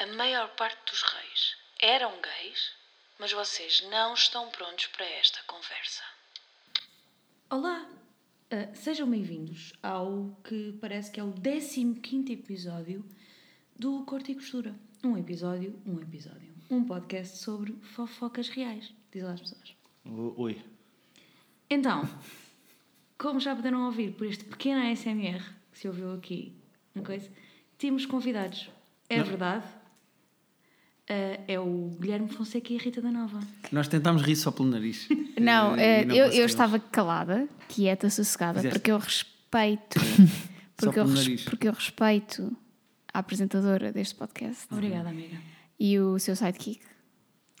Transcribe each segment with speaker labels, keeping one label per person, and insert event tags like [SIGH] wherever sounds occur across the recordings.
Speaker 1: A maior parte dos reis eram gays, mas vocês não estão prontos para esta conversa.
Speaker 2: Olá! Ah, sejam bem-vindos ao que parece que é o 15 episódio do Corte e Costura. Um episódio, um episódio. Um podcast sobre fofocas reais, diz lá as pessoas.
Speaker 3: O- Oi.
Speaker 2: Então, como já puderam ouvir por este pequeno ASMR que se ouviu aqui, uma coisa, temos convidados. É
Speaker 3: Não.
Speaker 2: verdade. Ah, é o Guilherme Fonseca e a Rita da Nova.
Speaker 3: Nós tentámos rir só pelo nariz.
Speaker 4: [LAUGHS] Não,
Speaker 3: E
Speaker 4: eh, eu, eu
Speaker 3: conseguimos.
Speaker 4: estava calada, quieta, sossegada,
Speaker 3: Fizeste.
Speaker 4: porque eu respeito.
Speaker 3: é [LAUGHS] Só
Speaker 4: porque, eu
Speaker 3: pelo
Speaker 4: res-
Speaker 3: nariz.
Speaker 4: porque eu respeito a apresentadora deste podcast
Speaker 2: Obrigada, amiga.
Speaker 4: e o seu sidekick.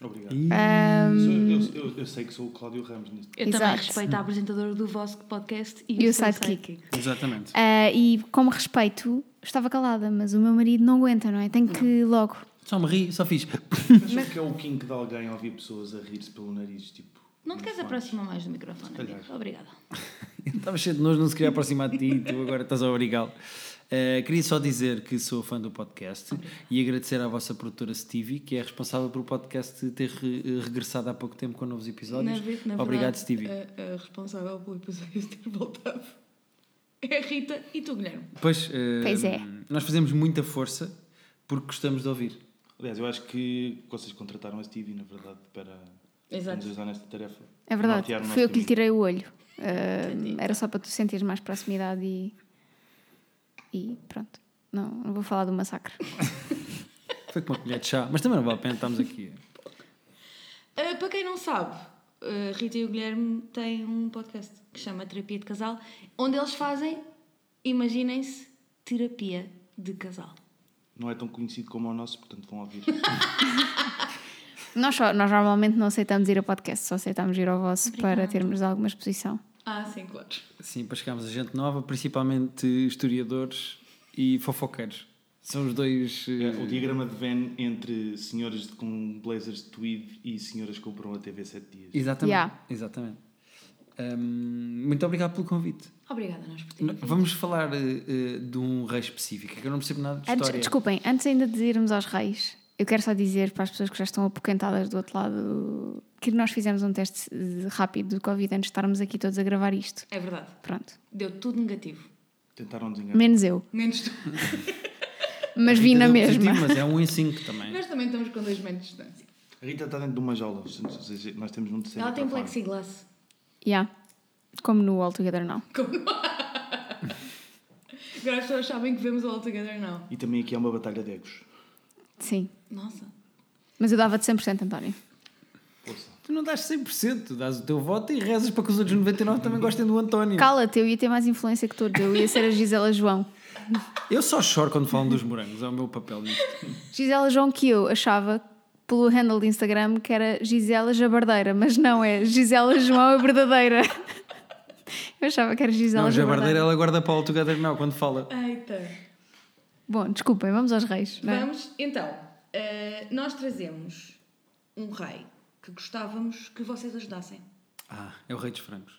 Speaker 5: Obrigado.
Speaker 3: Ih,
Speaker 5: Sou- Eu, eu- eu sei que sou o Cláudio Ramos nisto.
Speaker 2: Eu
Speaker 4: Exato.
Speaker 2: também respeito a apresentadora do vosso podcast e,
Speaker 4: E o
Speaker 2: seu
Speaker 4: sidekick.
Speaker 3: Exatamente.
Speaker 4: Ah, e como respeito, estava calada, mas o meu marido não aguenta, não é? Tem que logo.
Speaker 3: Só me ri, só fiz. [LAUGHS]
Speaker 5: Mas o que é o kink de alguém ouvir pessoas a rir-se pelo nariz? Tipo,
Speaker 2: Não te queres aproximar mais do microfone,
Speaker 5: calhar.
Speaker 2: amigo? Obrigada.
Speaker 3: Eu Estava cheio de nós, não se queria aproximar de ti e tu agora estás a obrigá-lo. Eh, queria só dizer que sou fã do podcast e agradecer à vossa produtora Stevie, que é responsável pelo podcast ter re- regressado há pouco tempo com novos episódios. Obrigado, Stevie.
Speaker 2: A, responsável pelo episódio [LAUGHS] ter voltado é a Rita e tu, Guilherme.
Speaker 3: Pois, eh,
Speaker 4: Pois é.
Speaker 3: nós fazemos muita força porque gostamos de ouvir.
Speaker 5: aliás, eu acho que vocês contrataram a Stevie, na verdade, para
Speaker 2: Exato.
Speaker 5: nos ajudar nesta tarefa.
Speaker 4: É verdade,
Speaker 5: Nortear o
Speaker 4: foi eu
Speaker 5: nosso
Speaker 4: que lhe
Speaker 5: caminho.
Speaker 4: tirei o olho. Ah, era só para tu sentires mais proximidade e. E pronto. Não, não vou falar do massacre.
Speaker 3: Foi com uma colher de chá, mas também não vale a pena estarmos aqui.
Speaker 2: Uh, para quem não sabe, a Rita e o Guilherme têm um podcast que chama Terapia de Casal, onde eles fazem, imaginem-se, terapia de casal.
Speaker 5: Não é tão conhecido como o nosso, portanto vão ouvir.
Speaker 4: Nós, só- nós normalmente não aceitamos ir ao podcast, só aceitamos ir ao vosso para termos alguma exposição.
Speaker 2: Ah, sim, claro.
Speaker 3: Sim, para chegarmos a gente nova, principalmente historiadores e fofoqueiros. São os dois. eh,
Speaker 5: É, o diagrama de Venn entre senhoras de- com blazers de tweed e senhoras que compram a TV 7 dias.
Speaker 3: Exatamente.
Speaker 4: Yeah.
Speaker 3: exatamente. Hum, muito obrigado pelo convite.
Speaker 2: Obrigada, nós por terem
Speaker 3: N-
Speaker 2: vindo.
Speaker 3: Vamos falar eh, eh, de um rei específico, que eu não percebo nada de
Speaker 4: Antes,
Speaker 3: história.
Speaker 4: desculpem, antes ainda de irmos aos reis, eu quero só dizer para as pessoas que já estão apoquentadas do outro lado que nós fizemos um teste eh, rápido do Covid antes de estarmos aqui todos a gravar isto.
Speaker 2: É verdade.
Speaker 4: Pronto.
Speaker 2: Deu tudo negativo.
Speaker 5: Tentaram desenhar.
Speaker 4: Menos eu.
Speaker 2: Menos tu.
Speaker 4: Mas vi na
Speaker 3: Entendo o
Speaker 4: mesma. [LAUGHS]
Speaker 3: positivo, mas é um em cinco também.
Speaker 2: Nós também estamos com dois metros de distância.
Speaker 5: A Rita está dentro de uma jaula. ou seja, Nós temos um terceiro.
Speaker 2: Ela tem
Speaker 5: microfone.
Speaker 2: plexiglass.
Speaker 4: Yeah. Como no All Together não.
Speaker 2: Agora as pessoas sabem que vemos o All Together não.
Speaker 5: E também aqui é uma batalha de egos.
Speaker 4: Sim.
Speaker 2: Nossa.
Speaker 4: Mas eu dava de 100%, António.
Speaker 5: Ouça.
Speaker 3: Tu não dás 100%, tu dás o teu voto e rezas para que os outros 99 também gostem do António.
Speaker 4: Cala-te, eu ia ter mais influência que todos. Eu ia ser a Gisela João.
Speaker 3: Eu só choro quando falam dos morangos, é o meu papel nisto.
Speaker 4: Gisela João que eu achava pelo handle de Instagram que era Gisela Jabardeira, mas não é Gisela João a verdadeira. Eu achava que era Gisela
Speaker 3: Não, a
Speaker 4: Jabardeira.
Speaker 3: Jabardeira é ela guarda para o Together Now quando fala.
Speaker 2: Eita.
Speaker 4: Bom, desculpem, vamos aos reis. não é?
Speaker 2: Vamos, então, eh, nós trazemos um rei que gostávamos que vocês ajudassem. [LAUGHS]
Speaker 3: Ah, é o rei dos francos.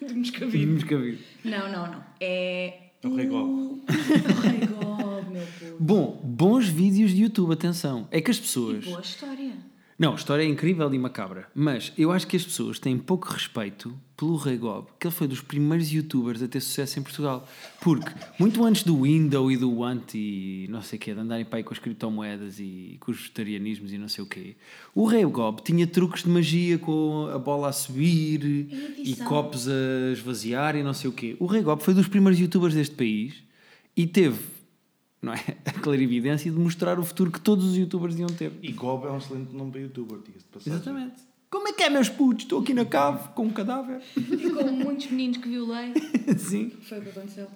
Speaker 2: De Moscavide.
Speaker 3: Vimos que haver.
Speaker 2: Não, não, não. É.
Speaker 5: É o Rei Gob.
Speaker 2: o- É o Rei Gob, meu povo.
Speaker 3: Bom, bons vídeos de YouTube, atenção. É que as pessoas.
Speaker 2: Boa história.
Speaker 3: Não, a história é incrível e macabra, mas eu acho que as pessoas têm pouco respeito pelo Rei Gob, que ele foi dos primeiros youtubers a ter sucesso em Portugal. Porque, muito antes do Window e do anti e não sei o quê, de andarem para aí com as criptomoedas e com os vegetarianismos e não sei o quê, o Rei Gob tinha truques de magia com a bola a subir e
Speaker 2: edição.
Speaker 3: copos a esvaziar e não sei o quê. O Rei Gob foi dos primeiros youtubers deste país e teve, não é, [LAUGHS] a clarividência de mostrar o futuro que todos os youtubers iam ter.
Speaker 5: E Gob é um excelente nome para youtuber, diga-se de passagem.
Speaker 3: Exatamente. Como é que é, meus putos? Estou aqui na cave com um cadáver. [LAUGHS]
Speaker 2: E como muitos meninos que violei,
Speaker 3: Sim.
Speaker 2: foi o que aconteceu.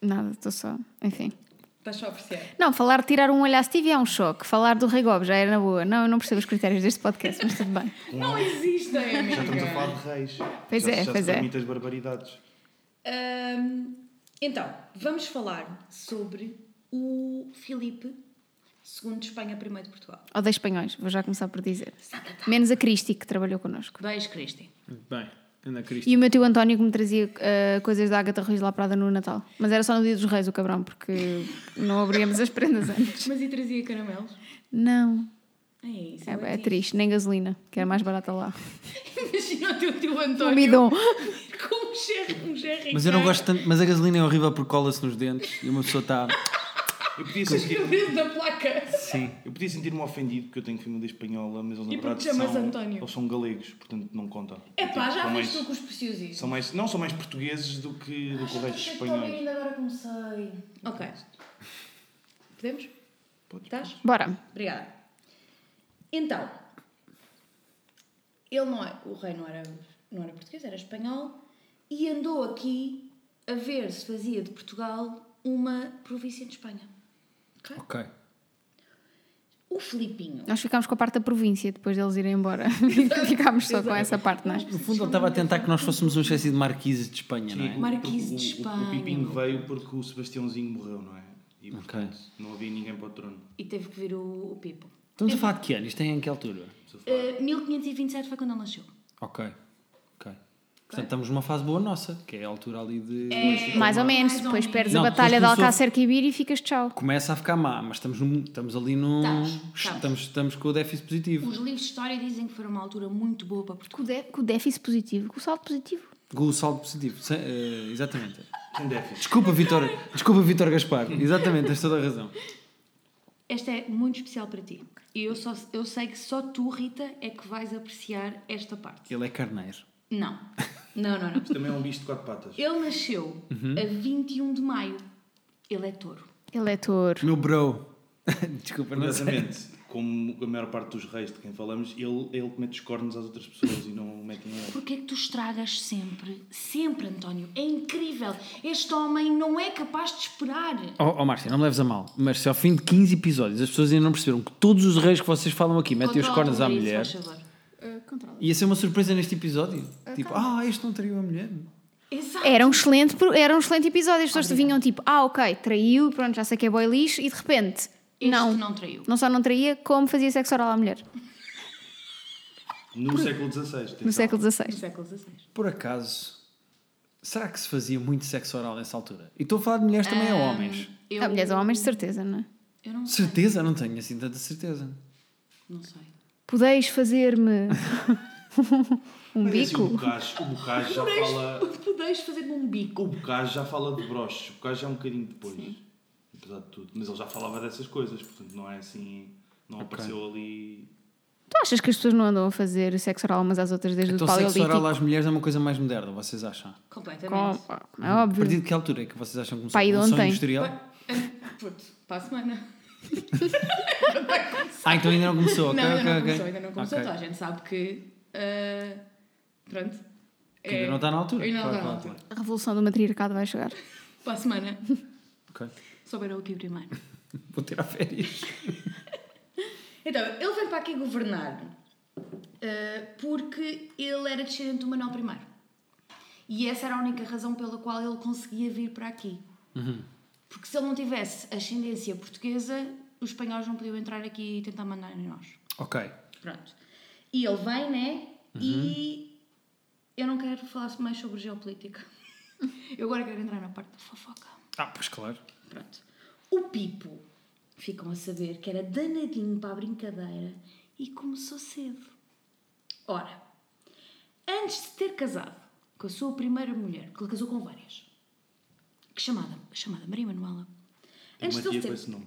Speaker 4: Nada, estou só. Enfim.
Speaker 2: Estás só a apreciar.
Speaker 4: Não, falar de tirar um olho à Stevie é um choque. Falar do Rei Gob já era na boa. Não, eu não percebo os critérios deste podcast, mas tudo bem. [LAUGHS]
Speaker 2: Não existem,
Speaker 5: Já estamos a
Speaker 2: amiga.
Speaker 5: falar de reis.
Speaker 4: Pois
Speaker 5: já,
Speaker 4: é,
Speaker 5: já
Speaker 4: pois
Speaker 5: se
Speaker 4: é.
Speaker 5: permite as barbaridades.
Speaker 2: Ahm, então, vamos falar sobre o Filipe II de Espanha, primeiro de Portugal.
Speaker 4: Odeio espanhóis, vou já começar por dizer. Menos a Cristi, que trabalhou connosco.
Speaker 2: Dois Cristi.
Speaker 3: Bem. Ana Cristo.
Speaker 4: E o meu tio António que me trazia eh, coisas da Agatha Ruiz lá Prada no Natal. Mas era só no dia dos reis o cabrão, porque não abríamos as prendas antes.
Speaker 2: Mas e trazia caramelos?
Speaker 4: Não,
Speaker 2: É isso.
Speaker 4: é,
Speaker 2: eu
Speaker 4: é
Speaker 2: bati.
Speaker 4: triste, nem gasolina, que era mais barata lá.
Speaker 2: [LAUGHS] Imagina o teu tio
Speaker 4: Um
Speaker 2: António
Speaker 4: bidon.
Speaker 2: com um gerro, um gerro
Speaker 3: Mas eu não gosto tanto. Mas a gasolina é horrível porque cola-se nos dentes e uma pessoa tá- está.
Speaker 5: Eu podia sentir-
Speaker 2: O brilho da placa.
Speaker 3: Sim.
Speaker 5: eu podia sentir-me ofendido porque eu tenho família espanhola, mas eles na
Speaker 2: E porque
Speaker 5: verdade
Speaker 2: te chamas
Speaker 5: são,
Speaker 2: António?
Speaker 5: eles são galegos, portanto não conta.
Speaker 2: É pá, já fiz
Speaker 5: são mais,
Speaker 2: tu com é os preciosismos.
Speaker 5: são mais, não são mais portugueses do que do que o resto de
Speaker 1: também
Speaker 5: espanhóis.
Speaker 1: ainda é agora comecei.
Speaker 2: Ok. Podemos?
Speaker 5: Podes.
Speaker 2: Estás?
Speaker 4: Bora.
Speaker 2: Obrigada. Então, ele não é, o rei não era, não era português, era espanhol, e andou aqui a ver se fazia de Portugal uma província de Espanha. Ok?
Speaker 3: Ok.
Speaker 2: O Filipinho.
Speaker 4: Nós ficámos com a parte da província depois deles irem embora. [LAUGHS] ficámos só com essa parte, não é?
Speaker 3: No fundo, ele estava a tentar que nós fôssemos uma espécie de marquise de Espanha, não
Speaker 5: Sim,
Speaker 3: é?
Speaker 2: Marquise de
Speaker 5: o- o- O,
Speaker 2: Espanha.
Speaker 5: Pipinho veio porque o Sebastiãozinho morreu, não é? E
Speaker 3: Ok.
Speaker 5: portanto não havia ninguém para o trono.
Speaker 2: E teve que vir o, o Pipo.
Speaker 3: Estamos a falar de que ano? Isto é em que altura?
Speaker 5: Se eu falar.
Speaker 2: Eh, 1527 foi quando ele nasceu.
Speaker 3: Ok. Ok. Portanto, estamos numa fase boa nossa, que é a altura ali de.
Speaker 2: É.
Speaker 4: Mais ou menos.
Speaker 2: Mais ou
Speaker 4: depois
Speaker 2: menos.
Speaker 4: perdes
Speaker 3: Não,
Speaker 4: a batalha de
Speaker 3: depois começou-
Speaker 4: Alcácer Quibir e ficas tchau.
Speaker 3: Começa a ficar má, mas estamos, num- estamos ali num.
Speaker 2: Estamos, estamos.
Speaker 3: estamos, estamos com o déficit positivo.
Speaker 2: Os livros de história dizem que foi uma altura muito boa para Portugal.
Speaker 4: Com o dé- com o déficit positivo, com o saldo positivo.
Speaker 3: Com o saldo positivo. Sem- eh, exatamente.
Speaker 5: Sem déficit.
Speaker 3: Desculpa, Vitor. Desculpa, Vitor Gaspar. Exatamente, tens toda a razão.
Speaker 2: Esta é muito especial para ti. E eu, só, eu sei que só tu, Rita, é que vais apreciar esta parte.
Speaker 3: Ele é carneiro. [LAUGHS]
Speaker 2: Não. Não, não, não.
Speaker 5: Também é um bicho de quatro patas.
Speaker 2: Ele nasceu a 21 de maio. Ele é touro.
Speaker 4: Ele é touro.
Speaker 3: Meu bro. [LAUGHS] Desculpa, não sei.
Speaker 5: Curiosamente, [LAUGHS] como a maior parte dos reis de quem falamos, ele, é ele que mete os cornos às outras pessoas e não o mete em ele.
Speaker 2: Porquê é que tu estragas sempre? Sempre, António. É incrível. Este homem não é capaz de esperar.
Speaker 3: Oh, oh Márcia, não me leves a mal, mas se ao fim de 15 episódios as pessoas ainda não perceberam que todos os reis que vocês falam aqui metem os
Speaker 2: Controla
Speaker 3: cornos
Speaker 2: o
Speaker 3: à
Speaker 2: marido,
Speaker 3: mulher,
Speaker 2: se faz favor.
Speaker 4: Ah,
Speaker 3: ia ser uma surpresa neste episódio. Tipo, ah, este não traiu a mulher.
Speaker 2: Exato.
Speaker 4: Era um excelente, pro- era um excelente episódio. As pessoas vinham tipo, ah, ok, traiu, pronto, já sei que é boy lixo, e de repente,
Speaker 2: Este
Speaker 4: não.
Speaker 2: não.
Speaker 4: não.
Speaker 2: traiu.
Speaker 4: só não traía, como fazia sexo oral à mulher
Speaker 5: No século XVI.
Speaker 4: no século
Speaker 2: No
Speaker 4: XVI.
Speaker 2: século XVI.
Speaker 3: Por acaso, será que se fazia muito sexo oral nessa altura? E estou a falar de mulheres também a homens.
Speaker 2: Eu,
Speaker 4: Ah, mulheres ou homens, de certeza, não é?
Speaker 2: Eu não sei.
Speaker 3: Certeza? Não tenho assim tanta certeza.
Speaker 2: Não sei.
Speaker 4: Podeis
Speaker 3: [LAUGHS]
Speaker 4: fazer-me
Speaker 3: é
Speaker 4: um
Speaker 5: assim, O
Speaker 3: assim.
Speaker 4: bico?
Speaker 5: bocage, o bocage já fala.
Speaker 2: Podeis fazer-me um bico.
Speaker 5: O bocage já fala de broche. O bocage é um bocadinho depois. Apesar de tudo. Mas ele já falava dessas coisas, portanto não é assim. Não apareceu ali.
Speaker 4: Tu achas que as pessoas não andam a fazer sexo oral umas às outras desde
Speaker 3: Então,
Speaker 4: o
Speaker 3: sexo oral
Speaker 4: paleolítico?
Speaker 3: às mulheres é uma coisa mais moderna, vocês acham?
Speaker 4: Com,
Speaker 2: Completamente.
Speaker 4: pá, é óbvio.
Speaker 3: Perdido que altura é que vocês acham que começou
Speaker 4: Pá,
Speaker 3: a
Speaker 4: e de
Speaker 3: Revolução
Speaker 4: ontem?
Speaker 3: Industrial?
Speaker 2: Puto, para a semana.
Speaker 3: Ah, então ainda não começou, ok,
Speaker 2: não, ainda
Speaker 3: ok,
Speaker 2: não
Speaker 3: ok.
Speaker 2: começou, ainda não começou. tá.
Speaker 3: Ok.
Speaker 2: Toda a gente sabe que. ah, pronto. é
Speaker 3: Que ainda não está na altura.
Speaker 2: Ainda não
Speaker 3: Claro,
Speaker 2: está na
Speaker 3: claro,
Speaker 2: altura.
Speaker 4: A revolução do matriarcado vai chegar.
Speaker 2: Para a semana. [LAUGHS]
Speaker 3: claro.
Speaker 2: Souberam aqui primeiro.
Speaker 3: Ok. Vou tirar férias.
Speaker 2: Então, ele vem para aqui governar ah, porque ele era descendente do Manuel I. E essa era a única razão pela qual ele conseguia vir para aqui. Porque se ele não tivesse ascendência portuguesa, os espanhóis não podiam entrar aqui e tentar mandar em nós.
Speaker 3: Ok.
Speaker 2: Pronto. E ele vem, né? E eu não quero falar mais sobre geopolítica. [LAUGHS] Eu agora quero entrar na parte da fofoca.
Speaker 3: Ah, pois claro.
Speaker 2: Pronto. O Pipo, ficam a saber que era danadinho para a brincadeira e começou cedo. Ora, antes de ter casado com a sua primeira mulher, que ele casou com várias, que chamada, chamada Maria Manuela,
Speaker 5: Eu
Speaker 2: antes de
Speaker 5: matia
Speaker 2: ele
Speaker 5: com
Speaker 2: ter...
Speaker 5: esse nome.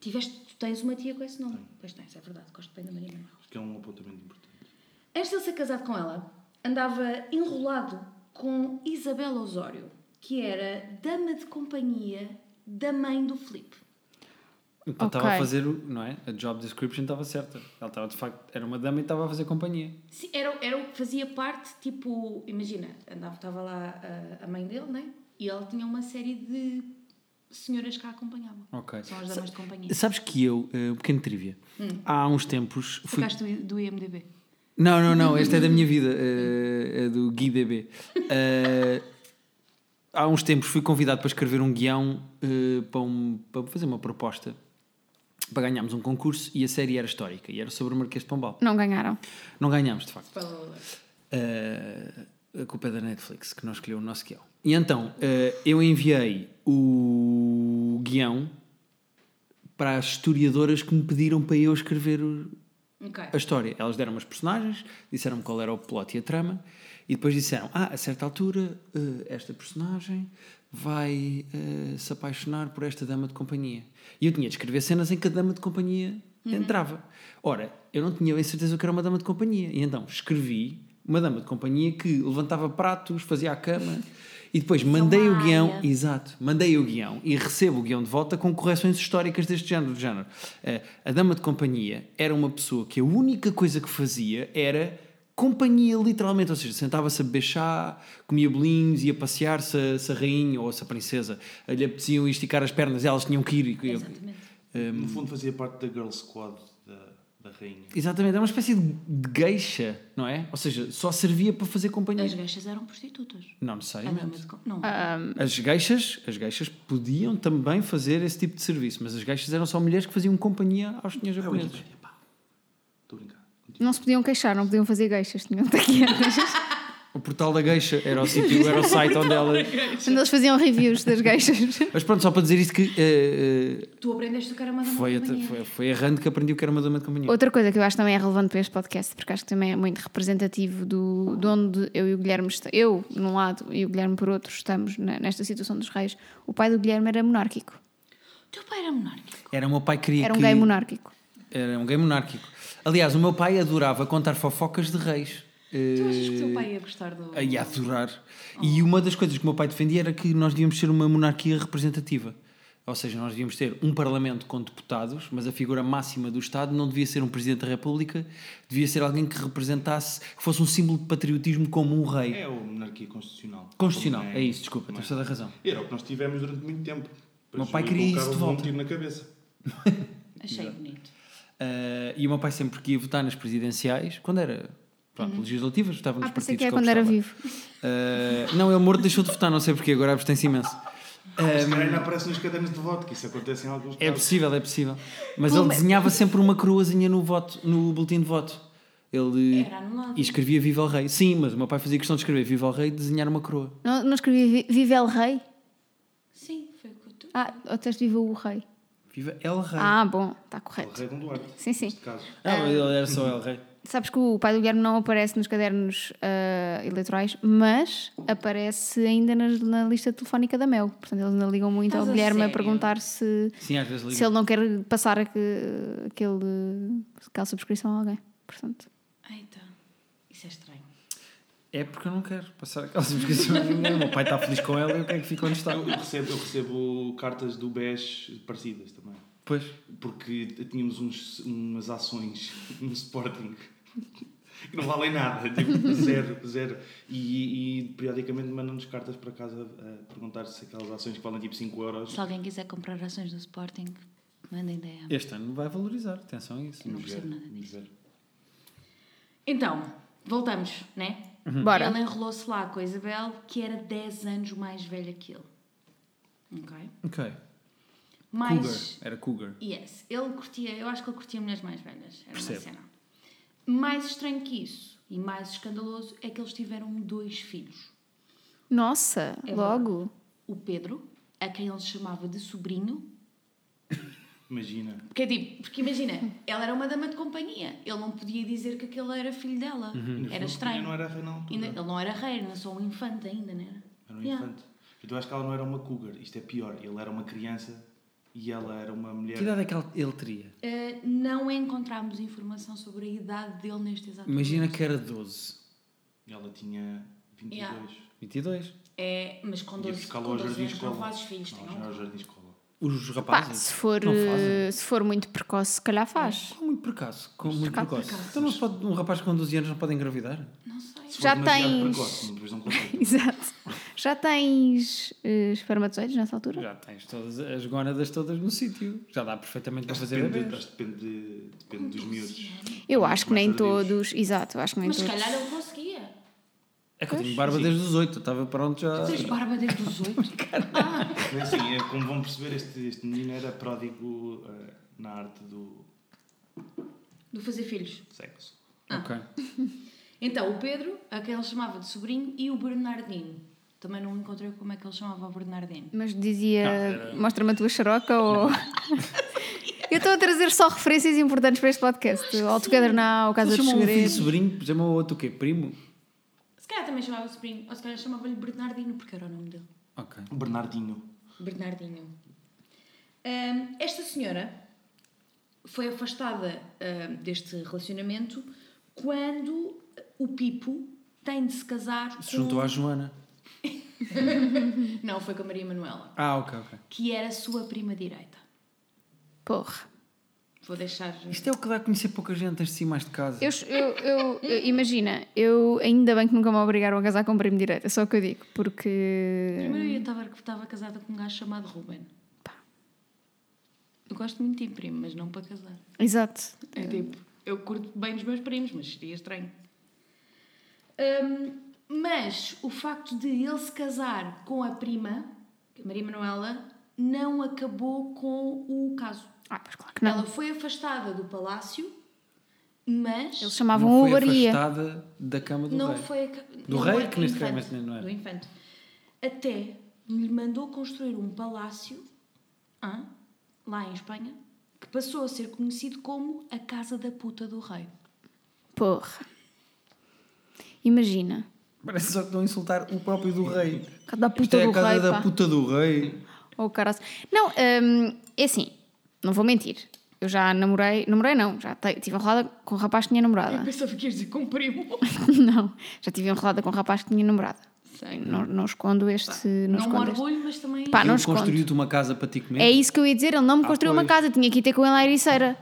Speaker 2: Tiveste, tu tens uma tia com esse nome. Pois tens, é verdade, gosto bem da Maria Manuela.
Speaker 5: Acho que é um apontamento importante.
Speaker 2: Antes de ele ser casado com ela, andava enrolado com Isabela Osório, que era dama de companhia da mãe do Filipe.
Speaker 3: Então estava
Speaker 4: Ok.
Speaker 3: a fazer, o- não é? A job description estava certa. Ela estava de facto, era uma dama e estava a fazer companhia.
Speaker 2: Sim, era, era o que fazia parte, tipo, imagina, andava, estava lá a, a mãe dele, né? E ele tinha uma série de senhoras que a acompanhavam.
Speaker 3: Ok.
Speaker 2: São as damas de companhia. Hum.
Speaker 3: Sabes que eu, eh, um pequeno trivia, há uns tempos fui.
Speaker 2: Sacaste do, do IMDB.
Speaker 3: Não, não, não, esta é da minha vida, eh, é do Gui DB. Eh, há uns tempos fui convidado para escrever um guião eh, para, um- para fazer uma proposta para ganharmos um concurso e a série era histórica e era sobre o Marquês de Pombal.
Speaker 4: Não ganharam.
Speaker 3: Não ganhámos, de facto.
Speaker 2: Spoiler alert.
Speaker 3: Eh, a culpa é da Netflix, que não escolheu o nosso guião. E então, eh, eu enviei o guião para as historiadoras que me pediram para eu escrever o-
Speaker 2: Ok.
Speaker 3: a história. Elas deram as personagens, disseram-me qual era o plot e a trama, e depois disseram: Ah, a certa altura, eh, esta personagem vai eh, se apaixonar por esta dama de companhia. E eu tinha de escrever cenas em que a dama de companhia entrava. Ora, eu não tinha bem certeza o que era uma dama de companhia, e então escrevi uma dama de companhia que levantava pratos, fazia a cama. E depois mandei o
Speaker 1: uma
Speaker 3: guião
Speaker 1: área.
Speaker 3: Exato. Mandei o guião e recebo o guião de volta com correções históricas deste género. Do género. Eh, a dama de companhia era uma pessoa que a única coisa que fazia era companhia, literalmente. Ou seja, sentava-se a beber chá, comia bolinhos, ia passear se a, se a rainha ou se a princesa lhe apeteciam ir esticar as pernas, elas tinham que ir. e-
Speaker 2: Exatamente.
Speaker 5: No fundo fazia parte da Girl Squad da, da rainha.
Speaker 3: Exatamente. Era uma espécie de de geisha, não é? Ou seja, só servia para fazer
Speaker 2: As
Speaker 3: companhia.
Speaker 2: gajas eram prostitutas.
Speaker 3: Não
Speaker 2: A dama
Speaker 3: necessariamente.
Speaker 2: de com- Não.
Speaker 3: As geixas, as geixas podiam também fazer esse tipo de serviço, mas as geixas eram só mulheres que faziam companhia aos senhores
Speaker 5: É o
Speaker 3: japoneses.
Speaker 5: Wikipedia, pá. Estou a brincar. Continua.
Speaker 4: Não se podiam queixar, não podiam fazer gueixas,
Speaker 3: [LAUGHS]
Speaker 4: tinham taquianas.
Speaker 3: O portal da geixa era o sítio, era o site onde elas...
Speaker 4: Quando eles faziam reviews das gueixas.
Speaker 3: Mas pronto, só para dizer isto que eh, eh,
Speaker 2: Tu aprendeste o que era uma dama
Speaker 3: foi,
Speaker 2: de
Speaker 3: até-
Speaker 2: companhia.
Speaker 3: foi, foi errando que aprendi o que era uma dama de companhia.
Speaker 4: [LAUGHS] Outra coisa que eu acho que também é relevante para este podcast, porque acho que também é muito representativo do, de onde eu e o Guilherme estamos, eu num lado e o Guilherme por outro, estamos na- nesta situação dos reis. O pai do Guilherme era monárquico,
Speaker 2: Teu pai era monárquico.
Speaker 3: Era o meu pai que queria
Speaker 4: era um
Speaker 3: que...
Speaker 4: gay monárquico.
Speaker 3: Era um gay monárquico. Aliás, o meu pai adorava contar fofocas de reis.
Speaker 2: Tu
Speaker 3: Eh,
Speaker 2: achas que o teu pai ia gostar do.
Speaker 3: Ai, ah. a adorar. E uma das coisas que o meu pai defendia era que nós devíamos ser uma monarquia representativa. Ou seja, nós devíamos ter um parlamento com deputados, mas a figura máxima do Estado não devia ser um presidente da República, devia ser alguém que representasse, que fosse um símbolo de patriotismo como um rei.
Speaker 5: É a monarquia constitucional.
Speaker 3: Constitucional,
Speaker 5: Como
Speaker 3: é isso, desculpa, tens toda a razão.
Speaker 5: Era o que nós tivemos durante muito tempo.
Speaker 3: Meu
Speaker 5: Depois
Speaker 3: pai queria isso de
Speaker 5: colocavam-lhe
Speaker 3: volta.
Speaker 5: Um tiro na cabeça.
Speaker 2: Achei bonito.
Speaker 3: Ah, e o meu pai sempre que ia votar nas presidenciais, quando era pronto, legislativas, votava nos
Speaker 4: Uhum. Ah, pensei
Speaker 3: partidos
Speaker 4: que era quando era
Speaker 3: ele
Speaker 4: vivo.
Speaker 3: gostava. Ah, não, ele morto deixou de votar, não sei porque, agora abstém-se imenso.
Speaker 5: Mas se calhar ainda aparece nos cadernos de voto, que isso acontece em alguns
Speaker 3: É
Speaker 5: casos.
Speaker 3: possível, é possível. Mas
Speaker 4: Pelo
Speaker 3: ele
Speaker 4: me-
Speaker 3: desenhava sempre uma coroazinha no, voto, no boletim de voto. Ele
Speaker 2: Era anulado.
Speaker 3: e escrevia Viva o Rei. Sim, mas o meu pai fazia questão de escrever Viva o Rei e desenhar uma coroa.
Speaker 4: Não, não escrevi Vi- Viva el Rei?
Speaker 2: Sim, foi o que tu.
Speaker 4: Ah, ou teste Viva o Rei.
Speaker 3: Viva El Rei.
Speaker 4: Ah, é. bom, está
Speaker 5: O
Speaker 4: correto.
Speaker 5: rei Dom Duarte.
Speaker 4: Sim, sim.
Speaker 5: Neste caso.
Speaker 3: Não, ele era só El Rei.
Speaker 4: Sabes que o pai do Guilherme não aparece nos cadernos ah, eleitorais, mas aparece ainda nas- na lista telefónica da Mel. Portanto, eles ainda ligam muito
Speaker 2: Estás
Speaker 4: ao
Speaker 2: a
Speaker 4: Guilherme a
Speaker 2: sério?
Speaker 4: perguntar se,
Speaker 3: Sim, às vezes
Speaker 4: se
Speaker 3: liga.
Speaker 4: ele não quer passar aque- aquele, aquela subscrição a alguém. Portanto,
Speaker 2: Ai, tá. Isso é estranho.
Speaker 3: É porque eu não quero passar aquela subscrição a ninguém. O meu pai está feliz com ela e eu quero que fique onde está.
Speaker 5: Eu recebo, eu recebo cartas do BES parecidas também.
Speaker 3: Pois.
Speaker 5: Porque tínhamos uns- umas ações [LAUGHS] no Sporting que não valem nada, [LAUGHS] tipo zero, zero. E, e periodicamente mandam-nos cartas para casa a perguntar se aquelas ações que valem tipo 5 euros.
Speaker 2: Se alguém quiser comprar ações do Sporting, mandem DM.
Speaker 3: Este ano vai valorizar. Atenção a isso.
Speaker 2: não
Speaker 5: Vamos ver,
Speaker 2: percebo nada
Speaker 5: vamos ver.
Speaker 2: Então, voltamos, né?
Speaker 4: Bora.
Speaker 2: Ele enrolou-se lá com a Isabel, que era 10 anos mais velha que ele. Ok?
Speaker 3: Ok.
Speaker 2: Mas.
Speaker 3: Cougar. Era Cougar.
Speaker 2: Yes, ele curtia, eu acho que ele curtia mulheres mais velhas. Era
Speaker 3: Percebo.
Speaker 2: uma cena. Mais estranho que isso e mais escandaloso é que eles tiveram dois filhos.
Speaker 4: nossa,
Speaker 2: É
Speaker 4: logo.
Speaker 2: O Pedro, a quem ele chamava de sobrinho.
Speaker 5: Imagina.
Speaker 2: Porque, é tipo, porque imagina, ela era uma dama de companhia. Ele não podia dizer que aquele era filho dela.
Speaker 5: Ainda
Speaker 2: Era
Speaker 5: foi-
Speaker 2: estranho.
Speaker 5: ainda Não era a rei na altura.
Speaker 2: Ainda- ele não era rei, era só um infante ainda, não era?
Speaker 5: Era um
Speaker 2: Yeah.
Speaker 5: infante. Então acho que ela não era uma cougar. Isto é pior. Ele era uma criança e ela era uma mulher.
Speaker 3: Que idade é que ele- ele teria?
Speaker 2: Uh, não encontramos informação sobre a idade dele neste exato
Speaker 3: Imagina
Speaker 2: momento.
Speaker 3: que era 12.
Speaker 5: Ela tinha 22.
Speaker 2: Yeah.
Speaker 3: 22.
Speaker 2: É, mas com
Speaker 5: Ia
Speaker 2: 12,
Speaker 5: buscá-la
Speaker 2: com
Speaker 5: ao
Speaker 2: 12
Speaker 5: jardim
Speaker 2: anos não
Speaker 5: escola.
Speaker 2: fazes filhos, tem
Speaker 5: Não, já
Speaker 2: um
Speaker 5: ao jardim escola.
Speaker 3: Os
Speaker 4: Pá,
Speaker 3: rapazes.
Speaker 4: se for,
Speaker 3: Não fazem.
Speaker 4: eh, se for muito precoce, se calhar faz.
Speaker 3: Com muito precoce. Com muito
Speaker 4: precoce.
Speaker 3: precoce. Então não se pode, um rapaz com 12 anos não pode engravidar?
Speaker 2: Não sei.
Speaker 5: Se for
Speaker 4: Já
Speaker 5: demasiado
Speaker 4: tens-
Speaker 5: Precoce, depois não consegue.
Speaker 4: [LAUGHS] Exato. Já tens eh, espermatozoides nessa altura?
Speaker 3: Já tens todas as gónadas todas no sítio. Já dá perfeitamente para
Speaker 2: é
Speaker 3: fazer
Speaker 5: depende,
Speaker 3: bebês.
Speaker 5: acho que depende, depende dos miúdos.
Speaker 4: Eu acho que nem
Speaker 5: Mais tardios.
Speaker 4: todos. Exato, eu acho que nem
Speaker 2: Mas se
Speaker 4: todos.
Speaker 2: calhar ele conseguia.
Speaker 3: É que eu tenho barba desde os 8, estava pronto já.
Speaker 2: Tens barba desde os 8? [LAUGHS]
Speaker 5: Mas, assim, é, como vão perceber, este, este menino era pródigo eh, na arte do
Speaker 2: De fazer filhos.
Speaker 4: Ah.
Speaker 5: sexo.
Speaker 3: Ok.
Speaker 2: Então, o Pedro, a quem ele chamava de sobrinho, e o Bernardino. Também não encontrei como é que ele chamava o Bernardino.
Speaker 4: Mas dizia,
Speaker 3: Não, era-
Speaker 4: mostra-me a tua xaroca [LAUGHS] ou... Eu estou a trazer só referências importantes para este podcast. All Together Now, Casa
Speaker 3: Ele
Speaker 4: dos
Speaker 3: chamou um filho de
Speaker 4: Segredos.
Speaker 3: sobrinho, chamou outro o quê? Primo?
Speaker 2: Se calhar também chamava de sobrinho, ou se calhar chamava-lhe Bernardino, porque era o nome dele.
Speaker 3: Ok.
Speaker 5: O Bernardinho.
Speaker 2: Bernardinho. Ahm, esta senhora foi afastada ahm, deste relacionamento quando o Pipo tem de se casar
Speaker 3: Se
Speaker 2: com...
Speaker 3: juntou
Speaker 2: um-
Speaker 3: à Joana.
Speaker 2: Não, foi com a Maria Manuela,
Speaker 3: Ah, ok, ok.
Speaker 2: que era a sua prima direita.
Speaker 4: Porra.
Speaker 2: Vou deixar...
Speaker 3: Isto é o que dá a conhecer pouca gente antes de sair mais de casa.
Speaker 4: Eu, eu- eu- eu- imagina, eu ainda bem que nunca me obrigaram a casar com primo direito, é só o que eu digo,
Speaker 3: é-
Speaker 4: porque.
Speaker 2: Primeiro eu estava, estava casada com um gajo chamado Ruben.
Speaker 4: Pá.
Speaker 2: Eu gosto muito de primo, mas não para casar.
Speaker 4: Exato.
Speaker 2: É tipo, eu curto bem os meus primos, mas seria estranho. Hum, mas o facto de ele se casar com a prima, Maria Manuela, não acabou com o caso.
Speaker 4: Ah, pois claro que não.
Speaker 2: Ela foi afastada do palácio, mas
Speaker 4: Eles
Speaker 3: não
Speaker 4: chamavam
Speaker 3: foi
Speaker 4: Uber e ia.
Speaker 3: afastada da cama do
Speaker 2: não
Speaker 3: rei.
Speaker 2: foi aca-
Speaker 3: Do
Speaker 2: não
Speaker 3: rei,
Speaker 2: foi-
Speaker 3: que neste caso,
Speaker 2: infante,
Speaker 3: mas não é? era.
Speaker 2: Do infante. Até lhe mandou construir um palácio hã, lá em Espanha que passou a ser conhecido como a Casa da Puta do Rei.
Speaker 4: Porra. Imagina.
Speaker 3: Parece só que estão a insultar o próprio do rei.
Speaker 4: Cada
Speaker 3: Isto
Speaker 4: puta
Speaker 3: é
Speaker 4: do
Speaker 3: a casa
Speaker 4: rei,
Speaker 3: da
Speaker 4: pá.
Speaker 3: puta do rei.
Speaker 4: Ou caraças. Não, hum, é assim, não vou mentir. Eu já namorei, namorei não, já te- tive enrolada com um rapaz que tinha namorada. [LAUGHS]
Speaker 2: Pensava que ias dizer com primo.
Speaker 4: não, já tive enrolada com um rapaz que tinha namorada. Não, não escondo este.
Speaker 2: Não me
Speaker 4: Não, escondo este.
Speaker 2: orgulho, mas também.
Speaker 4: Pá, Ah, não
Speaker 3: Ele
Speaker 4: escondo.
Speaker 3: construiu-te uma casa para ti comer.
Speaker 4: É isso que eu ia dizer, ele não me
Speaker 3: Ah,
Speaker 4: construiu uma
Speaker 3: pois.
Speaker 4: casa, tinha que ir ter com ele à ericeira.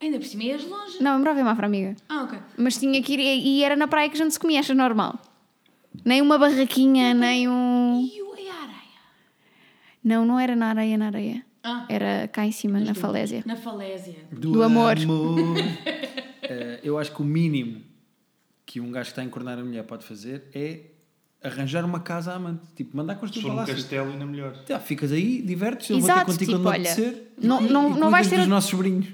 Speaker 2: Ainda por cima ias longe.
Speaker 4: Não, eu morava em Mafra, amiga.
Speaker 2: Ah, ok.
Speaker 4: Mas tinha que ir, e era na praia que a gente se comia, achas normal? Nem uma barraquinha, nem um...
Speaker 2: E o e a areia?
Speaker 4: Não, não era na areia, na areia.
Speaker 2: Ah,
Speaker 4: Era cá em cima, na É falésia.
Speaker 2: na falésia.
Speaker 4: Do amor. [LAUGHS]
Speaker 3: Eh, eu acho que o mínimo que um gajo que está a encornar a mulher pode fazer é arranjar uma casa à amante. Tipo, mandar
Speaker 5: Se
Speaker 3: construir um
Speaker 5: for um
Speaker 3: palácio.
Speaker 5: castelo, ainda melhor.
Speaker 3: Já, Tá, ficas aí, divertes, eu
Speaker 4: Exato,
Speaker 3: vou ter contigo
Speaker 4: tipo,
Speaker 3: quando
Speaker 4: olha,
Speaker 3: me apetecer.
Speaker 4: não-
Speaker 3: E
Speaker 4: não- não
Speaker 3: cuidas
Speaker 4: vais ter
Speaker 3: dos
Speaker 4: outro-
Speaker 3: nossos sobrinhos.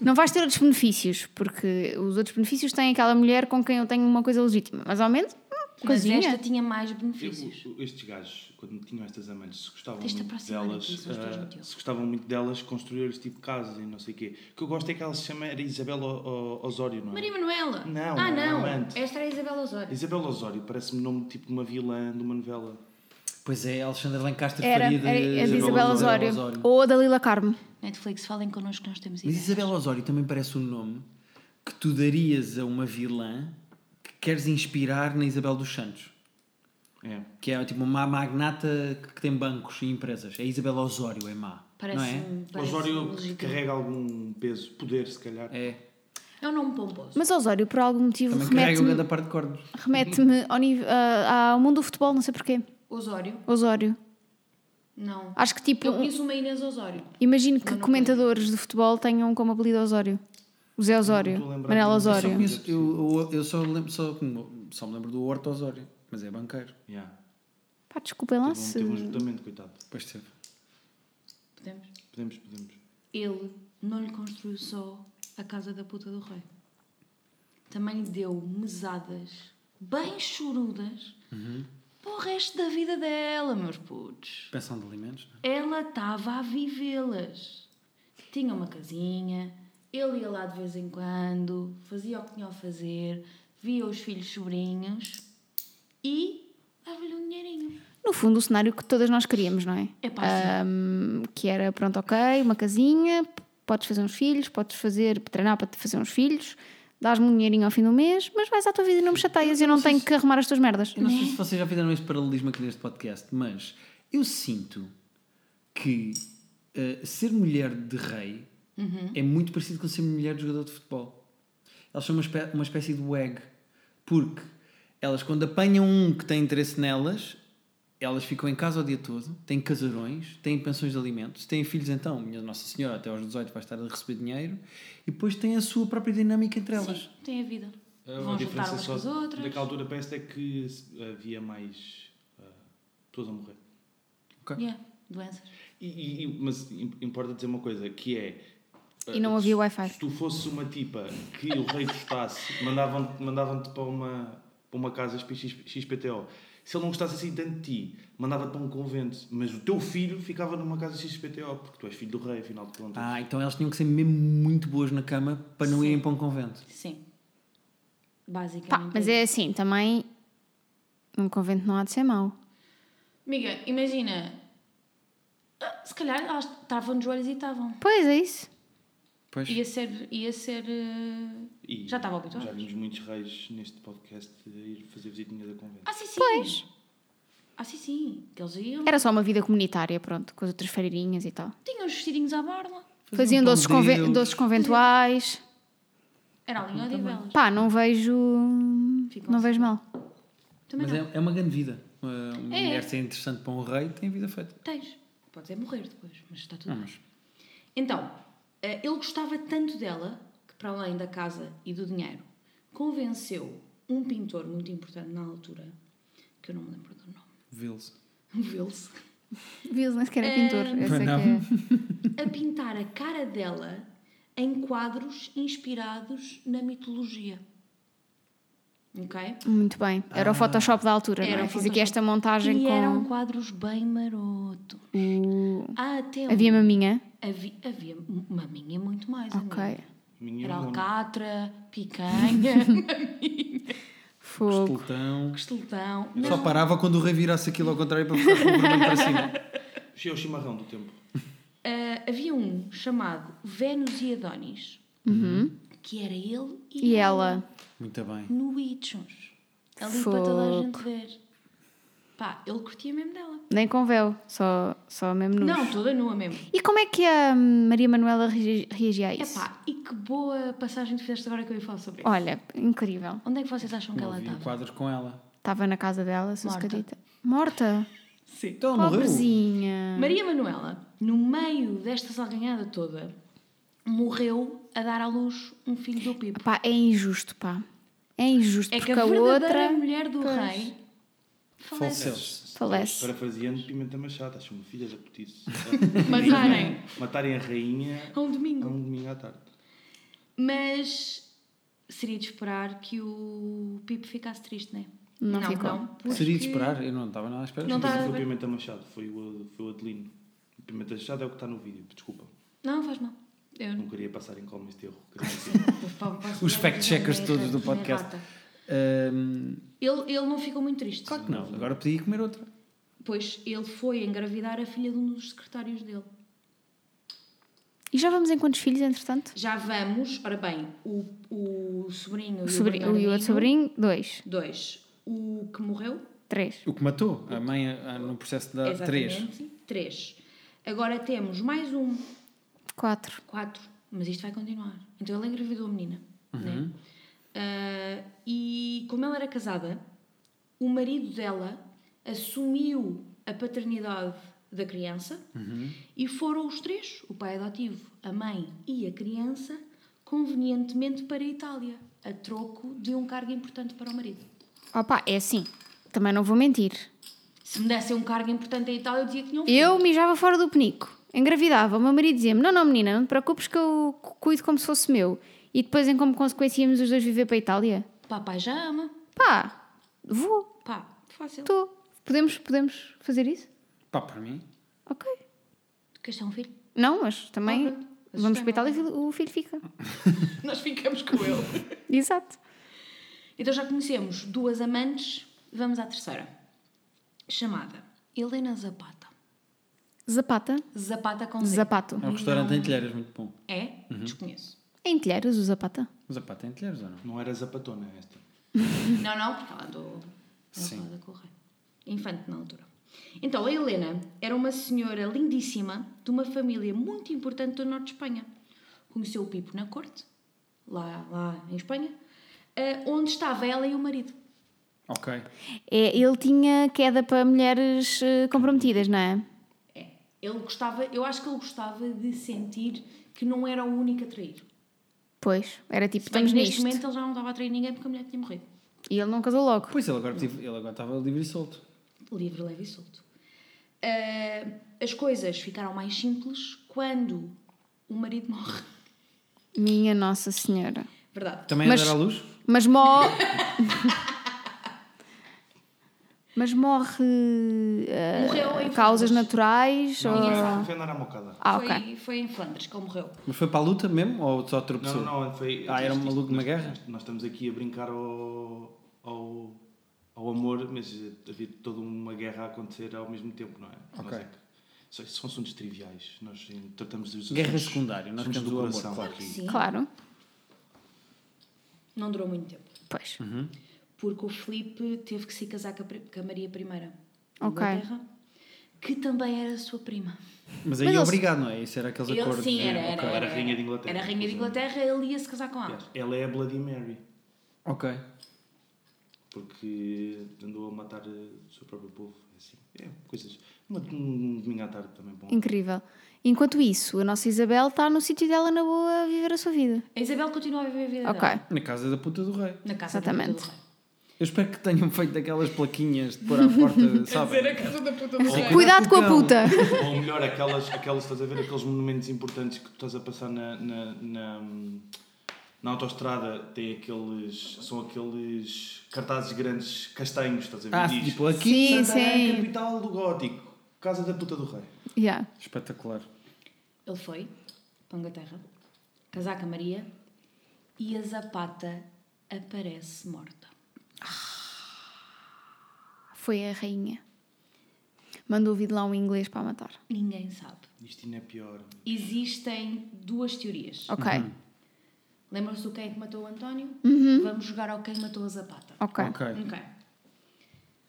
Speaker 4: Não vais ter outros benefícios, porque os outros benefícios têm aquela mulher com quem eu tenho uma coisa legítima. Mas ao menos, hum,
Speaker 2: Mas
Speaker 4: cozinha.
Speaker 2: esta tinha mais
Speaker 5: Eu-
Speaker 2: benefícios.
Speaker 5: estes gajos, quando tinham estas amantes, se gostavam
Speaker 2: Tens de
Speaker 5: muito
Speaker 2: aproximar
Speaker 5: delas,
Speaker 2: aqui, são os teus
Speaker 5: ah,
Speaker 2: motivos.
Speaker 5: se gostavam muito delas, construíram este tipo de casas e não sei o quê. O que eu gosto é que ela se chama era Isabela O- O- Osório, não é?
Speaker 2: Maria Manuela.
Speaker 5: Não,
Speaker 2: Ah,
Speaker 5: não,
Speaker 2: não.
Speaker 5: amante.
Speaker 2: Esta era a Isabela Osório.
Speaker 5: Isabela Osório parece-me nome tipo de uma vilã de uma novela.
Speaker 3: Pois é, Alexandra Lancaster
Speaker 4: Era,
Speaker 3: faria de,
Speaker 4: era, era
Speaker 5: Isabel
Speaker 4: de Isabel
Speaker 5: Osório.
Speaker 4: Osório. Ou da Lila Carmo.
Speaker 2: Netflix, falem connosco, nós temos
Speaker 3: Mas
Speaker 2: ideias.
Speaker 3: Isabel Osório também parece um nome que tu darias a uma vilã que queres inspirar na Isabel dos Santos.
Speaker 5: É.
Speaker 3: Que é tipo uma magnata que tem bancos e empresas. É Isabel Osório, é má. não é?
Speaker 2: Parece-me. parece
Speaker 5: Osório que carrega algum peso, poder se calhar.
Speaker 3: É.
Speaker 2: É um nome pomposo.
Speaker 4: Mas Osório, por algum motivo,
Speaker 3: Também carrega o grande
Speaker 4: remete-me
Speaker 3: par de cordas.
Speaker 4: remete ao, nível- ah, ao mundo do futebol, não sei porquê.
Speaker 2: Osório?
Speaker 4: Osório.
Speaker 2: Não.
Speaker 4: Acho que tipo.
Speaker 2: Eu
Speaker 4: um-
Speaker 2: conheço uma Inês Osório.
Speaker 4: Imagino que
Speaker 2: Mas não
Speaker 4: comentadores de futebol tenham como apelido Osório. José Osório,
Speaker 5: estou a lembrar
Speaker 4: Manela
Speaker 5: de nenhum.
Speaker 3: Eu,
Speaker 5: Osório.
Speaker 4: Osório.
Speaker 3: conheço- eu, eu- eu só, lembro, só, só me lembro do Horto Osório, mas é banqueiro.
Speaker 5: Yeah.
Speaker 4: Pá, desculpem lá
Speaker 5: Teve, um,
Speaker 4: se...
Speaker 5: teve um esgotamento, coitado.
Speaker 3: Pois teve.
Speaker 2: Podemos?
Speaker 5: Podemos, podemos.
Speaker 2: Ele não lhe construiu só a casa da puta do rei. Também lhe deu mesadas bem chorudas
Speaker 5: Uhum.
Speaker 2: para o resto da vida dela, meus putos.
Speaker 3: Pensão de alimentos, não é?
Speaker 2: Ela estava a vivê-las. Tinha uma casinha, ele ia lá de vez em quando, fazia o que tinha a fazer, via os filhos sobrinhos e dava-lhe um dinheirinho.
Speaker 4: No fundo, o cenário que todas nós queríamos, não é?
Speaker 2: Epá, sim.
Speaker 4: Ahm, que era, pronto, ok, uma casinha, p- podes fazer uns filhos, podes fazer, treinar para te fazer uns filhos, dás-me um dinheirinho ao fim do mês, mas vais à tua vida e não me chateias, eu não tenho que arrumar as tuas merdas.
Speaker 3: Eu não sei se vocês já fizeram este paralelismo aqui neste podcast, mas eu sinto que eh, ser mulher de rei é muito parecido com ser mulher de jogador de futebol. Elas são uma, espé- uma espécie de WEG, porque elas, quando apanham um que tem interesse nelas, elas ficam em casa o dia todo, têm casarões, têm pensões de alimentos, têm filhos, então, minha Nossa Senhora, até aos 18 vai estar a receber dinheiro, e depois têm a sua própria dinâmica entre elas.
Speaker 2: Sim, tem a vida.
Speaker 5: A
Speaker 2: Vão juntar
Speaker 5: É diferença
Speaker 2: umas
Speaker 5: só
Speaker 2: com as outras.
Speaker 5: Naquela altura parece é que se- havia mais ah, pessoas a morrer.
Speaker 3: Ok?
Speaker 2: Yeah, doenças.
Speaker 5: E, e- e- mas im- importa dizer uma coisa, que é
Speaker 4: E não havia Wi-Fi.
Speaker 5: Se tu fosses uma tipa que o rei gostasse, mandavam-te mandavam para, uma, para uma casa XP, XPTO. Se ele não gostasse assim tanto de ti, mandava-te para um convento. Mas o teu filho ficava numa casa XPTO, porque tu és filho do rei, afinal de contas.
Speaker 3: Ah, então elas tinham que ser mesmo muito boas na cama para não irem para um convento.
Speaker 2: Sim.
Speaker 4: Pá,
Speaker 2: Basicamente.
Speaker 4: mas é assim, também um convento não há de ser mau.
Speaker 2: Amiga, imagina. Ah, Se calhar elas estavam nos olhos e estavam.
Speaker 4: Pois é isso.
Speaker 3: Pois.
Speaker 2: Ia ser. Ia ser eh,
Speaker 5: E
Speaker 2: já estava
Speaker 5: Já
Speaker 2: habituado.
Speaker 5: vimos muitos reis neste podcast de ir fazer visitinhas a convento.
Speaker 2: Ah, sim, sim.
Speaker 4: Pois.
Speaker 2: Ah, sim, sim. Que eles iam.
Speaker 4: Era só uma vida comunitária, pronto, com as outras feirinhas e tal.
Speaker 2: Tinham os vestidinhos à borla.
Speaker 4: Faziam
Speaker 3: pão
Speaker 4: doces,
Speaker 3: de
Speaker 4: conven-
Speaker 3: Deus.
Speaker 4: doces conventuais.
Speaker 2: Era
Speaker 3: Ah,
Speaker 2: ali um ao de velas.
Speaker 4: Pá, não vejo.
Speaker 2: Ficam
Speaker 4: Não
Speaker 2: assim.
Speaker 4: vejo mal.
Speaker 2: Também
Speaker 3: Mas
Speaker 2: não.
Speaker 3: é, é uma grande vida. Uma, uma
Speaker 2: É.
Speaker 3: mulher ser interessante para um rei tem vida feita.
Speaker 2: Tens. Podes é morrer depois, mas está tudo
Speaker 3: Não,
Speaker 2: bem.
Speaker 3: Ah, mas
Speaker 2: Então, eh, ele gostava tanto dela que, para além da casa e do dinheiro, convenceu um pintor muito importante na altura, que eu não me lembro do nome, [LAUGHS]
Speaker 3: vê-los.
Speaker 2: Wilson,
Speaker 4: Vils nem sequer é pintor.
Speaker 2: Ah,
Speaker 4: Essa é que
Speaker 3: não.
Speaker 4: é.
Speaker 2: a pintar a cara dela em quadros inspirados na mitologia. Ok?
Speaker 4: Muito bem. Era o Photoshop da altura,
Speaker 2: Era
Speaker 4: não é?
Speaker 2: o
Speaker 4: Fiz aqui
Speaker 2: Photoshop.
Speaker 4: esta montagem
Speaker 2: E um
Speaker 4: com. Hum.
Speaker 2: eram quadros bem maroto. Ah, até um-
Speaker 4: Havia maminha.
Speaker 2: Havia, havia uma minha muito mais.
Speaker 4: Ok.
Speaker 2: amiga.
Speaker 5: Minha
Speaker 2: Era
Speaker 5: irmã,
Speaker 2: alcatra, picanha,
Speaker 4: [LAUGHS] Fogo.
Speaker 3: Escultão.
Speaker 2: costeletão.
Speaker 3: Só parava quando o rei virasse aquilo ao contrário para ficar com o vermelho para cima.
Speaker 5: Cheio ao chimarrão do tempo.
Speaker 2: Ah, havia um chamado Vênus e Adonis, que era ele e,
Speaker 4: Uhum. E ela.
Speaker 3: Muito bem.
Speaker 2: no Itchons. Tá Ali para toda a
Speaker 4: Fogo.
Speaker 2: gente ver. Pá, ele curtia mesmo dela.
Speaker 4: Nem com véu, só, só mesmo nus.
Speaker 2: Não, toda nua mesmo.
Speaker 4: E como é que a Maria Manuela reagi- reagia a isso?
Speaker 2: Epá, e que boa passagem que fizeste agora que eu ia falar sobre isso.
Speaker 4: Olha, incrível.
Speaker 2: Onde é que vocês acham que
Speaker 3: Não
Speaker 2: ela
Speaker 3: havia
Speaker 2: estava?
Speaker 3: quadros com ela.
Speaker 4: Estava na casa dela,
Speaker 2: Morta.
Speaker 4: suscadita. Morta?
Speaker 2: Sim.
Speaker 3: Então ela morreu.
Speaker 4: Pobrezinha.
Speaker 2: Maria Manuela, no meio desta salganhada toda, morreu a dar à luz um filho do Pipo.
Speaker 4: Pá, é injusto, pá. É injusto,
Speaker 2: É que
Speaker 4: porque
Speaker 2: a
Speaker 4: a
Speaker 2: verdadeira
Speaker 4: outra
Speaker 2: mulher do
Speaker 4: Pois.
Speaker 2: rei falece.
Speaker 3: Faleceu.
Speaker 4: falece.
Speaker 5: Parafraseando Pimenta Machado, acho uma filha da
Speaker 4: [LAUGHS]
Speaker 5: putice.
Speaker 2: Matarem
Speaker 5: Matarem a rainha
Speaker 2: a um
Speaker 5: a
Speaker 2: domingo.
Speaker 4: Hum.
Speaker 5: um domingo à tarde.
Speaker 2: Mas seria de esperar que o Pipo ficasse triste, né?
Speaker 4: Não ficou.
Speaker 2: porque-
Speaker 3: Seria de esperar. Eu não estava nada à espera.
Speaker 2: Não
Speaker 5: Não
Speaker 2: tá-
Speaker 5: foi o Pimenta Machado, foi o, foi o Adelino. O Pimenta Machado é o que está no vídeo, desculpa.
Speaker 2: Não, não faz mal. Eu
Speaker 5: Não
Speaker 2: não.
Speaker 5: queria passar em calma este erro. queria
Speaker 3: [LAUGHS]
Speaker 5: dizer.
Speaker 3: Os fact-checkers todos do podcast. Ahm,
Speaker 2: Ele, ele não ficou muito triste.
Speaker 3: claro que não. Agora podia ir comer outra.
Speaker 2: Pois ele foi engravidar a filha de um dos secretários dele.
Speaker 4: E já vamos em quantos filhos, entretanto?
Speaker 2: Já vamos, ora bem, o, o sobrinho
Speaker 4: O,
Speaker 2: e
Speaker 4: sobrinho, o
Speaker 2: Bernardino,
Speaker 4: outro sobrinho, dois,
Speaker 2: Dois. O que morreu?
Speaker 4: três.
Speaker 3: O que matou a mãe ah, no processo da três.
Speaker 2: Exatamente. Três. Agora temos mais um.
Speaker 4: Quatro.
Speaker 2: Quatro. Mas isto vai continuar. Então ele engravidou a menina. Né? Ah, e como ela era casada, o marido dela assumiu a paternidade da criança e foram os três, o pai adotivo, a mãe e a criança, convenientemente para a Itália, a troco de um cargo importante para o marido.
Speaker 4: Opa, é assim. Também não vou mentir.
Speaker 2: Se me dessem um cargo importante em Itália, eu dizia que tinha um filho.
Speaker 4: Eu mijava fora do penico. Engravidava. O meu marido dizia-me: Não, não, menina, não te preocupes que eu cu- cuido como se fosse meu. E depois, em como consequência, íamos os dois viver para a Itália.
Speaker 2: Papai já ama.
Speaker 4: Pá, vou,
Speaker 2: Pá, fácil. Tu
Speaker 4: estou. Podemos, podemos fazer isso?
Speaker 3: Pá, para mim.
Speaker 4: Ok.
Speaker 2: queres ter um filho?
Speaker 4: Não, mas também
Speaker 2: Ok. Mas
Speaker 4: vamos
Speaker 2: isto é
Speaker 4: para a Itália e
Speaker 2: mau.
Speaker 4: o filho fica.
Speaker 2: Nós ficamos com ele.
Speaker 4: Exato.
Speaker 2: Então já conhecemos duas amantes, vamos à terceira. Chamada Helena Zapata.
Speaker 4: Zapata.
Speaker 2: Zapata com Z.
Speaker 4: Zapato.
Speaker 3: É um restaurante em telheiras muito bom.
Speaker 2: É? Desconheço.
Speaker 4: Em telheiras, o Zapata.
Speaker 3: Mas a pá, tem telheiras ou não?
Speaker 5: Não era Zapatona esta.
Speaker 2: Não, não, porque ela andou
Speaker 3: Sim.
Speaker 2: enrolada com o rei. Infante na altura. Então, a Helena era uma senhora lindíssima de uma família muito importante do norte de Espanha. Conheceu o Pipo na corte, lá, lá em Espanha, eh, onde estava ela e o marido.
Speaker 3: Ok.
Speaker 4: É, ele tinha queda para mulheres eh, comprometidas, não é?
Speaker 2: É. Ele gostava, eu acho que ele gostava de sentir que não era o único a trair.
Speaker 4: Pois, era tipo,
Speaker 2: Se bem
Speaker 4: estamos
Speaker 2: que neste
Speaker 4: nisto.
Speaker 2: momento ele já não estava a trair ninguém porque a mulher tinha morrido.
Speaker 4: E ele não casou logo.
Speaker 3: Pois ele agora, tive- ele agora estava livre e solto.
Speaker 2: Livre, leve e solto. Ah, as coisas ficaram mais simples quando o marido [LAUGHS] morre.
Speaker 4: Minha Nossa Senhora.
Speaker 2: Verdade.
Speaker 3: Também
Speaker 4: Mas-
Speaker 3: a dar à luz?
Speaker 2: [LAUGHS]
Speaker 4: Mas morre. Mas morre. eh,
Speaker 2: Morreu em Flandres.
Speaker 4: causas
Speaker 2: é
Speaker 4: naturais?
Speaker 5: Não,
Speaker 4: ou-
Speaker 5: foi- foi andar à mocada.
Speaker 4: Ah,
Speaker 2: foi,
Speaker 4: ok.
Speaker 2: foi em Flandres que ele morreu.
Speaker 3: Mas foi para a luta mesmo ou só
Speaker 5: Não,
Speaker 3: tropeçou?
Speaker 5: não, não, foi.
Speaker 3: Ah, era um maluco de uma
Speaker 5: nós-
Speaker 3: guerra?
Speaker 5: Nós estamos aqui a brincar ao, ao, ao amor, mas havia toda uma guerra a acontecer ao mesmo tempo, não é?
Speaker 3: Ok.
Speaker 5: Nós é que- só- são assuntos triviais. Nós em- tratamos dos
Speaker 3: Guerra
Speaker 5: assuntos-
Speaker 3: secundária, nós
Speaker 5: assuntos
Speaker 3: temos
Speaker 5: do
Speaker 3: o amor,
Speaker 5: coração
Speaker 3: claro.
Speaker 5: aqui.
Speaker 2: Sim.
Speaker 4: Claro.
Speaker 2: Não durou muito tempo.
Speaker 4: Pois.
Speaker 3: Uhum.
Speaker 2: Porque o Filipe teve que se casar com a, pri- com a Maria I. de
Speaker 4: Ok.
Speaker 2: Inglaterra, que também era sua prima.
Speaker 3: Mas aí
Speaker 4: Mas
Speaker 3: é
Speaker 4: eles-
Speaker 3: obrigado, não é? Isso era aqueles
Speaker 2: Ele
Speaker 3: acordos.
Speaker 2: sim, era,
Speaker 3: né?
Speaker 2: era,
Speaker 3: Ok.
Speaker 5: Era rainha de Inglaterra.
Speaker 2: Era rainha de Inglaterra, ele ia se casar com ela.
Speaker 5: Aliás, Ela é a Bloody Mary,
Speaker 3: Ok.
Speaker 5: porque andou a matar eh, o seu próprio povo. Assim. É, coisas. Uma, um domingo à tarde também bom.
Speaker 4: Incrível. Enquanto isso, a nossa Isabel está no sítio dela na boa a viver a sua vida.
Speaker 2: A Isabel continua a viver a vida
Speaker 4: Ok.
Speaker 2: dela,
Speaker 3: Na casa da puta do rei.
Speaker 2: na casa
Speaker 4: Exatamente.
Speaker 2: da puta do rei.
Speaker 3: Eu espero que tenham feito aquelas plaquinhas de pôr à porta, tipo sabe?
Speaker 2: casa da puta do
Speaker 5: rei.
Speaker 4: Cuidado com a
Speaker 3: Não.
Speaker 4: puta!
Speaker 5: Ou melhor, aquelas, aquelas, estás a ver, aqueles monumentos importantes que tu estás a passar na, na, na, na autoestrada, tem aqueles, são aqueles cartazes grandes castanhos, estás a ver?
Speaker 3: Ah,
Speaker 5: Diz,
Speaker 3: tipo aqui.
Speaker 4: Sim,
Speaker 5: Santarém,
Speaker 4: sim.
Speaker 5: capital do gótico, casa da puta do rei.
Speaker 4: Yeah.
Speaker 3: Espetacular.
Speaker 2: Ele foi para a Inglaterra, casar com a Maria e a Zapata aparece morta.
Speaker 4: Foi a rainha. Mandou vir de lá um inglês para a matar.
Speaker 2: Ninguém sabe.
Speaker 5: Isto ainda é pior.
Speaker 2: Existem duas teorias.
Speaker 4: Ok.
Speaker 3: Uhum.
Speaker 2: Lembram-se do quem é que matou o António? Vamos jogar ao quem matou a Zapata.
Speaker 4: Ok.
Speaker 3: Ok.
Speaker 2: Ok.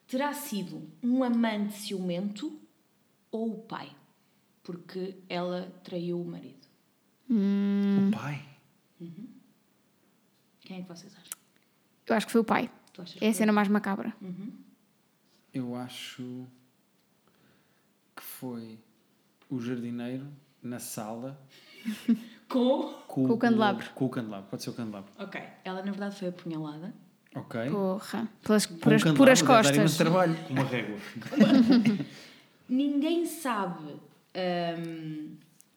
Speaker 2: Terá sido um amante ciumento ou o pai? Porque ela traiu o marido.
Speaker 3: O pai.
Speaker 2: Quem é que vocês acham?
Speaker 4: Eu acho que foi o pai.
Speaker 2: Tu achas
Speaker 4: É a cena mais macabra.
Speaker 3: Eu acho que foi o jardineiro na sala
Speaker 2: Com.
Speaker 3: com,
Speaker 4: Com o candelabro.
Speaker 3: Com o candelabro. Pode ser o candelabro.
Speaker 2: Ok. Ela na verdade foi apunhalada.
Speaker 3: Ok. Um
Speaker 4: Porra. Pelas
Speaker 3: Uhum. Com
Speaker 4: puras,
Speaker 3: o candelabro,
Speaker 4: puras
Speaker 3: deve é dar
Speaker 4: costas.
Speaker 3: imenso trabalho.
Speaker 5: Com uma régua.
Speaker 2: Ninguém sabe hum,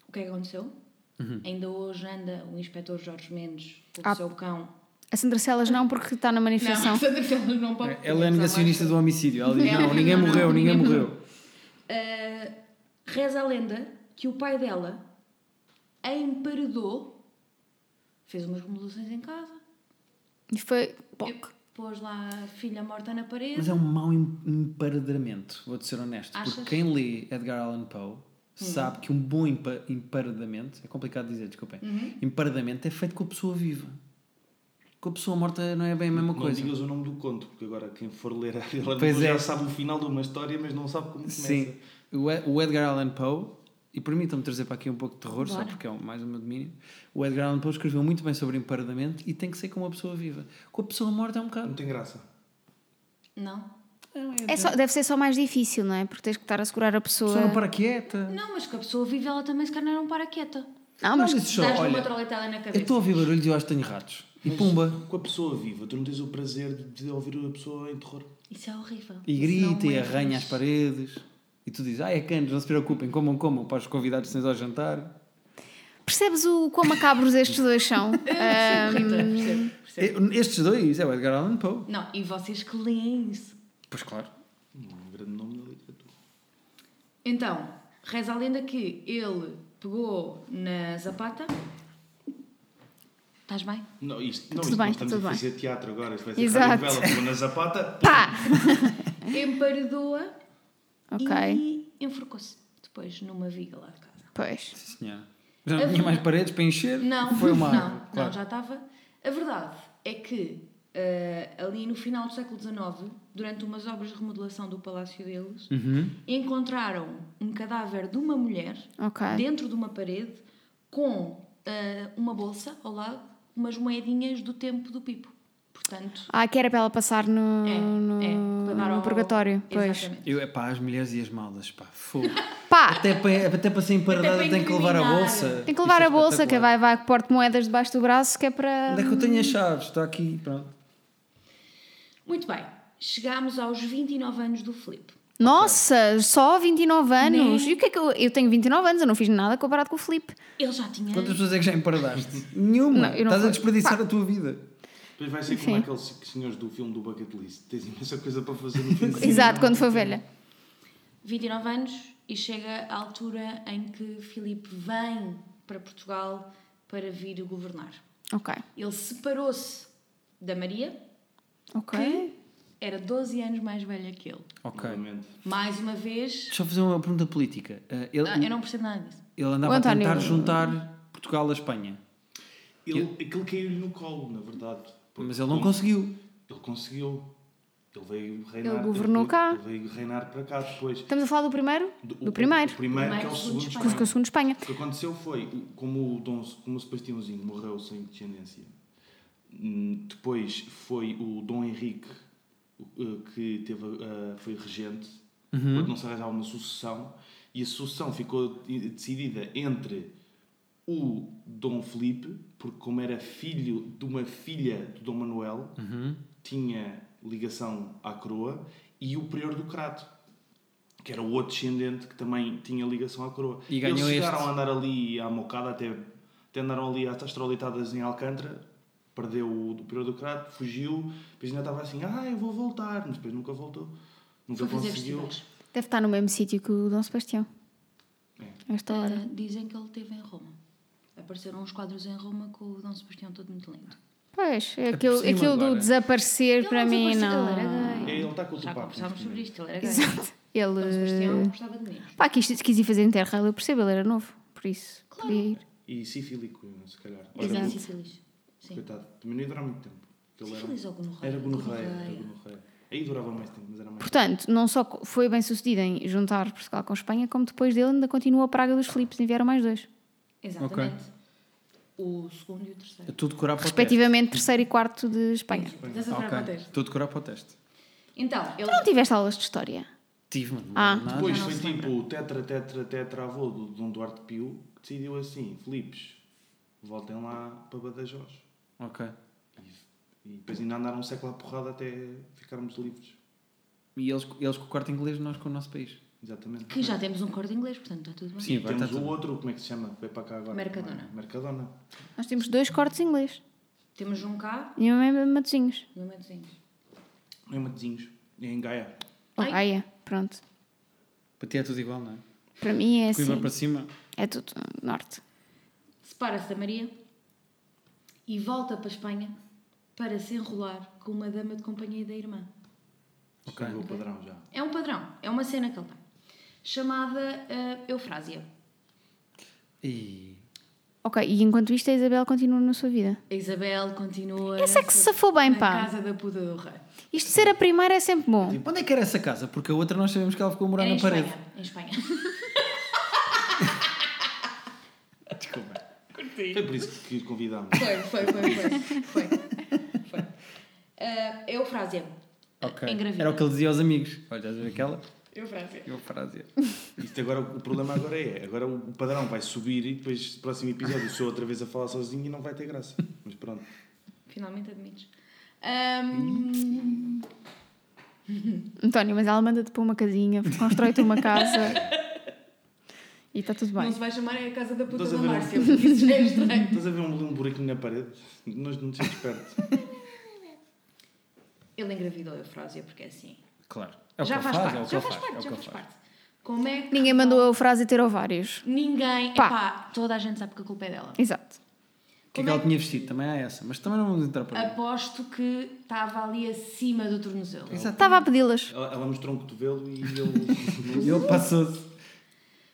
Speaker 2: o que é que aconteceu.
Speaker 3: Uhum.
Speaker 2: Ainda hoje anda o inspetor Jorge Mendes com o
Speaker 4: Ah.
Speaker 2: seu cão.
Speaker 4: A Sandra Celas não, porque está na manifestação.
Speaker 2: Não, [LAUGHS] Sandra Celas não pode.
Speaker 3: Ela é negacionista do homicídio. Ela diz:
Speaker 2: É.
Speaker 3: não, ninguém
Speaker 2: Não,
Speaker 3: morreu,
Speaker 2: não,
Speaker 3: ninguém
Speaker 2: ninguém
Speaker 3: morreu.
Speaker 2: Uh, reza a lenda que o pai dela a emparedou, fez umas remodelações em casa,
Speaker 4: E foi. Poc.
Speaker 2: pôs lá a filha morta na parede.
Speaker 3: Mas é um mau em- emparedamento, vou-te ser honesto.
Speaker 2: Achas?
Speaker 3: Porque quem lê Edgar Allan Poe sabe que um bom empa emparedamento, é complicado dizer, desculpem, emparedamento é feito com a pessoa viva. Com a pessoa morta não é bem a mesma
Speaker 5: Não
Speaker 3: coisa.
Speaker 5: digas o nome do conto, porque agora quem for ler ela
Speaker 3: Pois é.
Speaker 5: já sabe o final de uma história, mas não sabe como começa.
Speaker 3: Sim. O E- o Edgar Allan Poe, e permitam-me trazer para aqui um pouco de terror, só
Speaker 2: Bora.
Speaker 3: porque é um- mais o meu domínio. O Edgar Allan Poe escreveu muito bem sobre emparedamento e tem que ser com uma pessoa viva. Com a pessoa morta é um
Speaker 5: Não
Speaker 3: bocado.
Speaker 5: tem graça.
Speaker 2: Não.
Speaker 4: É só, deve ser só mais difícil, não é? Porque tens que estar a segurar a
Speaker 3: A
Speaker 4: pessoa.
Speaker 3: pessoa não para quieta.
Speaker 2: Não, mas que a pessoa vive, ela também se calhar não para quieta.
Speaker 4: Não,
Speaker 3: Não,
Speaker 4: mas.
Speaker 3: isso só,
Speaker 2: Dás-lhe uma
Speaker 3: olha,
Speaker 2: troletada na
Speaker 3: eu
Speaker 2: cabeça.
Speaker 3: estou a ouvir barulhos e eu acho que tenho ratos. E pumba.
Speaker 5: Com a pessoa viva, tu não tens o prazer de ouvir a pessoa em terror.
Speaker 2: Isso é horrível.
Speaker 3: E
Speaker 2: Isso
Speaker 3: grita
Speaker 2: não
Speaker 3: e
Speaker 2: é
Speaker 3: arranha as
Speaker 2: fixe.
Speaker 3: paredes. E tu dizes, ah, é canos, não se preocupem, comam, comam, para os convidados tens ao jantar.
Speaker 4: Percebes o quão macabros estes
Speaker 2: [LAUGHS]
Speaker 4: dois são? Ah,
Speaker 2: Rita, percebo, percebo.
Speaker 3: E- Estes dois, é o Edgar Allan Poe.
Speaker 2: Não, e vocês que leem isso.
Speaker 3: Pois claro.
Speaker 5: Um grande nome da literatura.
Speaker 2: Então, reza a lenda que ele pegou na Zapata. Estás bem?
Speaker 5: Não, isto, não,
Speaker 4: Tudo
Speaker 5: isto
Speaker 4: bem,
Speaker 5: nós estamos
Speaker 4: tudo
Speaker 5: a
Speaker 4: bem.
Speaker 5: fazer teatro agora. Isto vai ser
Speaker 4: Exato.
Speaker 5: Exato. novela, pegou na zapata.
Speaker 4: Pá!
Speaker 2: Emparedou-a
Speaker 4: Ok.
Speaker 2: e enforcou-se. Depois, numa viga lá de casa.
Speaker 4: Pois.
Speaker 3: Sim, senhora. Já
Speaker 2: A
Speaker 3: não tinha mais
Speaker 2: verdade-
Speaker 3: paredes para encher?
Speaker 2: Não,
Speaker 3: Foi uma
Speaker 2: [LAUGHS] não,
Speaker 3: árvore,
Speaker 2: não,
Speaker 3: claro.
Speaker 2: já estava. A verdade é que eh, ali no final do século XIX, durante umas obras de remodelação do palácio deles,
Speaker 3: Uhum.
Speaker 2: encontraram um cadáver de uma mulher
Speaker 4: Ok.
Speaker 2: dentro de uma parede com eh, uma bolsa ao lado, umas moedinhas do tempo do Pipo. Portanto,
Speaker 4: Ah, que era para ela passar no,
Speaker 2: é,
Speaker 4: Ah, no,
Speaker 2: é. para dar
Speaker 4: no
Speaker 2: ao-
Speaker 4: purgatório. Pois.
Speaker 2: Exatamente.
Speaker 3: Eu, é pá, as mulheres e as malas, pá,
Speaker 4: [LAUGHS]
Speaker 3: fogo.
Speaker 4: Pá!
Speaker 3: até, para, até para ser
Speaker 2: Até
Speaker 3: emparedada
Speaker 2: para
Speaker 3: tem que levar a
Speaker 2: incriminar.
Speaker 3: bolsa.
Speaker 4: Tem que
Speaker 3: Isso
Speaker 4: levar
Speaker 3: é
Speaker 4: a bolsa, que
Speaker 3: espetacular.
Speaker 4: vai, vai, que porte moedas debaixo do braço, que é para.
Speaker 3: Onde é que eu tenho as chaves? Estou aqui, pronto.
Speaker 2: Muito bem, chegámos aos 29 anos do Filipe.
Speaker 4: Nossa, só 29
Speaker 2: Né?
Speaker 4: anos. E o que é que eu, eu tenho 29 anos, eu não fiz nada comparado com o Filipe.
Speaker 2: Ele já tinha.
Speaker 3: Quantas pessoas é que já emparadaste? Nenhuma.
Speaker 4: [LAUGHS] Não, eu não
Speaker 3: Estás
Speaker 4: Ah.
Speaker 3: a
Speaker 4: fui.
Speaker 3: desperdiçar a tua vida.
Speaker 5: Depois vai ser como aqueles senhores do filme do Bucket List. Tens imensa coisa para fazer no
Speaker 4: [LAUGHS]
Speaker 5: filme.
Speaker 4: Exato, quando foi velha.
Speaker 2: 29 anos e chega a altura em que Filipe vem para Portugal para vir governar.
Speaker 4: Ok.
Speaker 2: Ele separou-se da Maria,
Speaker 4: Ok.
Speaker 2: que era 12 anos mais velha que ele.
Speaker 3: Ok.
Speaker 5: Novamente.
Speaker 2: Mais uma vez,
Speaker 3: Deixa eu fazer uma pergunta política. Ah, ele,
Speaker 2: ah, eu não percebo nada disso.
Speaker 3: ele andava
Speaker 4: O
Speaker 3: a
Speaker 4: António-
Speaker 3: tentar juntar Portugal à Espanha,
Speaker 5: Ele, Aquilo caiu-lhe no colo, na verdade. Porque
Speaker 3: mas ele não
Speaker 5: como-
Speaker 3: conseguiu.
Speaker 5: Ele conseguiu. Ele veio reinar.
Speaker 4: Ele governou cá.
Speaker 5: Ele veio reinar para cá depois.
Speaker 4: Estamos a falar do primeiro? Do,
Speaker 5: o-
Speaker 4: primeiro.
Speaker 5: O primeiro, que é o
Speaker 2: Primeiro,
Speaker 5: segundo.
Speaker 2: segundo
Speaker 4: Que ficou
Speaker 5: Espanha.
Speaker 4: segundo Espanha.
Speaker 5: O que aconteceu foi, o- como o, Dom, como o Sebastiãozinho morreu sem descendência, hum, depois foi o Dom Henrique uh, que teve, uh, foi regente, porque não se arranjava uma sucessão, e a sucessão ficou de- decidida entre o Dom Felipe, porque como era filho de uma filha do Dom Manuel,
Speaker 3: Uhum.
Speaker 5: tinha ligação à coroa, e o Prior do Crato, que era o outro descendente que também tinha ligação à coroa.
Speaker 3: E ganhou
Speaker 5: Eles chegaram
Speaker 3: este.
Speaker 5: a andar ali à mocada, até, até andaram ali às astrolitadas em Alcântara, perdeu o do Prior do Crato, fugiu, depois ainda estava assim, ah, eu vou voltar, mas depois nunca voltou. Nunca
Speaker 2: Foi fazer
Speaker 5: conseguiu.
Speaker 2: festivais.
Speaker 4: Deve estar no mesmo sítio que o Dom Sebastião.
Speaker 5: É.
Speaker 4: a Esta hora.
Speaker 2: Ah, dizem que ele esteve em Roma. Apareceram uns quadros em Roma com o Dom Sebastião todo muito lindo.
Speaker 4: Pois, é
Speaker 3: por
Speaker 4: aquilo,
Speaker 3: cima
Speaker 4: aquilo do
Speaker 3: agora.
Speaker 4: desaparecer
Speaker 2: Ele
Speaker 4: para
Speaker 2: não
Speaker 4: mim
Speaker 2: desapareceu,
Speaker 4: não.
Speaker 2: Ele era gay.
Speaker 5: É, Ele está com o
Speaker 2: Já
Speaker 5: Tupac.
Speaker 2: conversámos sobre isto, ele era gay.
Speaker 4: Exato.
Speaker 2: Dom Sebastião
Speaker 4: Ele.
Speaker 2: gostava de mim.
Speaker 4: Pá, quis, quis ir fazer Interrail, eu percebo, ele era novo. Por isso.
Speaker 2: Claro.
Speaker 4: podia ir.
Speaker 5: E sífilico, se calhar. Olha,
Speaker 2: Exato.
Speaker 5: muito-
Speaker 2: Sífilis. Sim.
Speaker 5: Coitado, também não ia durar muito tempo. porque Ele
Speaker 2: Sífilis
Speaker 5: era,
Speaker 2: ou gonorreia?
Speaker 5: era gonorreia. Era
Speaker 2: Gonorreia.
Speaker 5: gonorreia. Aí durava mais tempo, mas era mais
Speaker 4: Portanto, não só co- foi bem sucedido em juntar Portugal com Espanha, como depois dele ainda continua a praga dos Filipes, enviaram mais
Speaker 3: É.
Speaker 4: dois.
Speaker 2: Exatamente. O segundo e o terceiro.
Speaker 3: Estou a decorar para o teste.
Speaker 4: Respectivamente, terceiro e quarto de Espanha.
Speaker 2: Estás a parar para o
Speaker 3: Ok,
Speaker 2: teste.
Speaker 3: estou a decorar para o teste.
Speaker 2: Então, ele.
Speaker 4: Tu não tiveste aulas de história?
Speaker 3: Tive, mas não
Speaker 4: Ah.
Speaker 3: lembro nada.
Speaker 5: Depois
Speaker 2: Já não
Speaker 5: foi
Speaker 2: se
Speaker 5: tipo o tetra, tetra, tetra avô do Dom Duarte Pio que decidiu assim: Filipes, voltem lá para Badajoz.
Speaker 3: Ok.
Speaker 5: E, e depois ainda andaram um século à porrada até ficarmos livres.
Speaker 3: E eles, eles com o corte inglês, nós com o nosso país.
Speaker 5: Exatamente.
Speaker 2: Que já temos um corte inglês, portanto está tudo bem.
Speaker 3: Sim,
Speaker 5: E
Speaker 3: agora
Speaker 5: temos
Speaker 3: está
Speaker 5: o
Speaker 3: tudo.
Speaker 5: outro, como é que se chama? que Veio para cá agora.
Speaker 2: Mercadona.
Speaker 5: também. Mercadona.
Speaker 4: Nós temos dois cortes em inglês.
Speaker 2: Temos um cá
Speaker 4: E um é Matozinhos.
Speaker 2: e um é desenhos.
Speaker 5: Não é Matozinhos. É em Gaia.
Speaker 4: Ou
Speaker 2: Ai.
Speaker 4: Gaia, é. pronto.
Speaker 3: Para ti é tudo igual, não é?
Speaker 4: Para mim é
Speaker 3: Coimbra
Speaker 4: assim.
Speaker 3: para cima.
Speaker 4: É tudo norte.
Speaker 2: Separa-se da Maria e volta para a Espanha para se enrolar com uma dama de companhia da irmã.
Speaker 3: Ok.
Speaker 5: Chegou o padrão já.
Speaker 2: É um padrão, é uma cena que ele tem. Chamada ah, Eufrásia.
Speaker 3: E...
Speaker 4: Ok, e enquanto isto a Isabel continua na sua vida.
Speaker 2: A Isabel continua.
Speaker 4: Essa é que se safou bem,
Speaker 2: na
Speaker 4: pá.
Speaker 2: casa da puta do rei.
Speaker 4: Isto de ser a primeira é sempre bom.
Speaker 3: Tipo, onde é que era essa casa? Porque a outra nós sabemos que ela ficou a morar
Speaker 2: Era É em
Speaker 3: na parede.
Speaker 2: Espanha. Em Espanha.
Speaker 3: [LAUGHS] Desculpa.
Speaker 5: Foi por isso que convidámos.
Speaker 2: Foi, [LAUGHS] foi, foi, foi. foi.
Speaker 3: [LAUGHS]
Speaker 2: foi. Ah, Eufrásia.
Speaker 3: Ok.
Speaker 2: Engravida.
Speaker 3: Era o que ele dizia aos amigos. Olha, estás a ver aquela?
Speaker 2: Eufrásia.
Speaker 3: Eu frase.
Speaker 5: Isto agora, o problema agora é: agora o padrão vai subir e depois, no próximo episódio, sou outra vez a falar sozinho e não vai ter graça. Mas pronto.
Speaker 2: Finalmente admites. Ahm,
Speaker 4: António, mas ela manda-te para uma casinha, constrói-te uma casa. [LAUGHS] e está tudo
Speaker 2: não
Speaker 4: bem.
Speaker 2: se vai chamar é a casa da puta
Speaker 5: Estás
Speaker 2: da
Speaker 5: a ver um-
Speaker 2: Márcia, porque isso já é estranho.
Speaker 5: Estás a ver um, um buraquinho na parede? Nós não temos perto.
Speaker 2: [LAUGHS] Ele engravidou a Eufrásia porque é assim.
Speaker 3: Claro. É o
Speaker 2: já
Speaker 3: que
Speaker 2: faz,
Speaker 3: ele faz,
Speaker 2: parte,
Speaker 3: é o que
Speaker 2: já
Speaker 3: ele
Speaker 2: faz
Speaker 3: faz.
Speaker 2: parte,
Speaker 3: é
Speaker 2: já
Speaker 3: o que
Speaker 2: faz
Speaker 3: ele faz.
Speaker 2: parte. Como é que
Speaker 4: Ninguém mandou a frase ter ovários.
Speaker 2: Ninguém.
Speaker 4: Pá.
Speaker 2: Epá, toda a gente sabe que a culpa é dela.
Speaker 4: Exato.
Speaker 3: O que é
Speaker 2: Como
Speaker 3: que
Speaker 2: é
Speaker 3: ela tinha vestido? Também há essa. Mas também não vamos entrar por aí.
Speaker 2: Aposto que estava ali acima do tornozelo.
Speaker 4: Estava a pedi-las.
Speaker 5: Ela, ela mostrou um cotovelo e ele.
Speaker 3: E ele passou-se.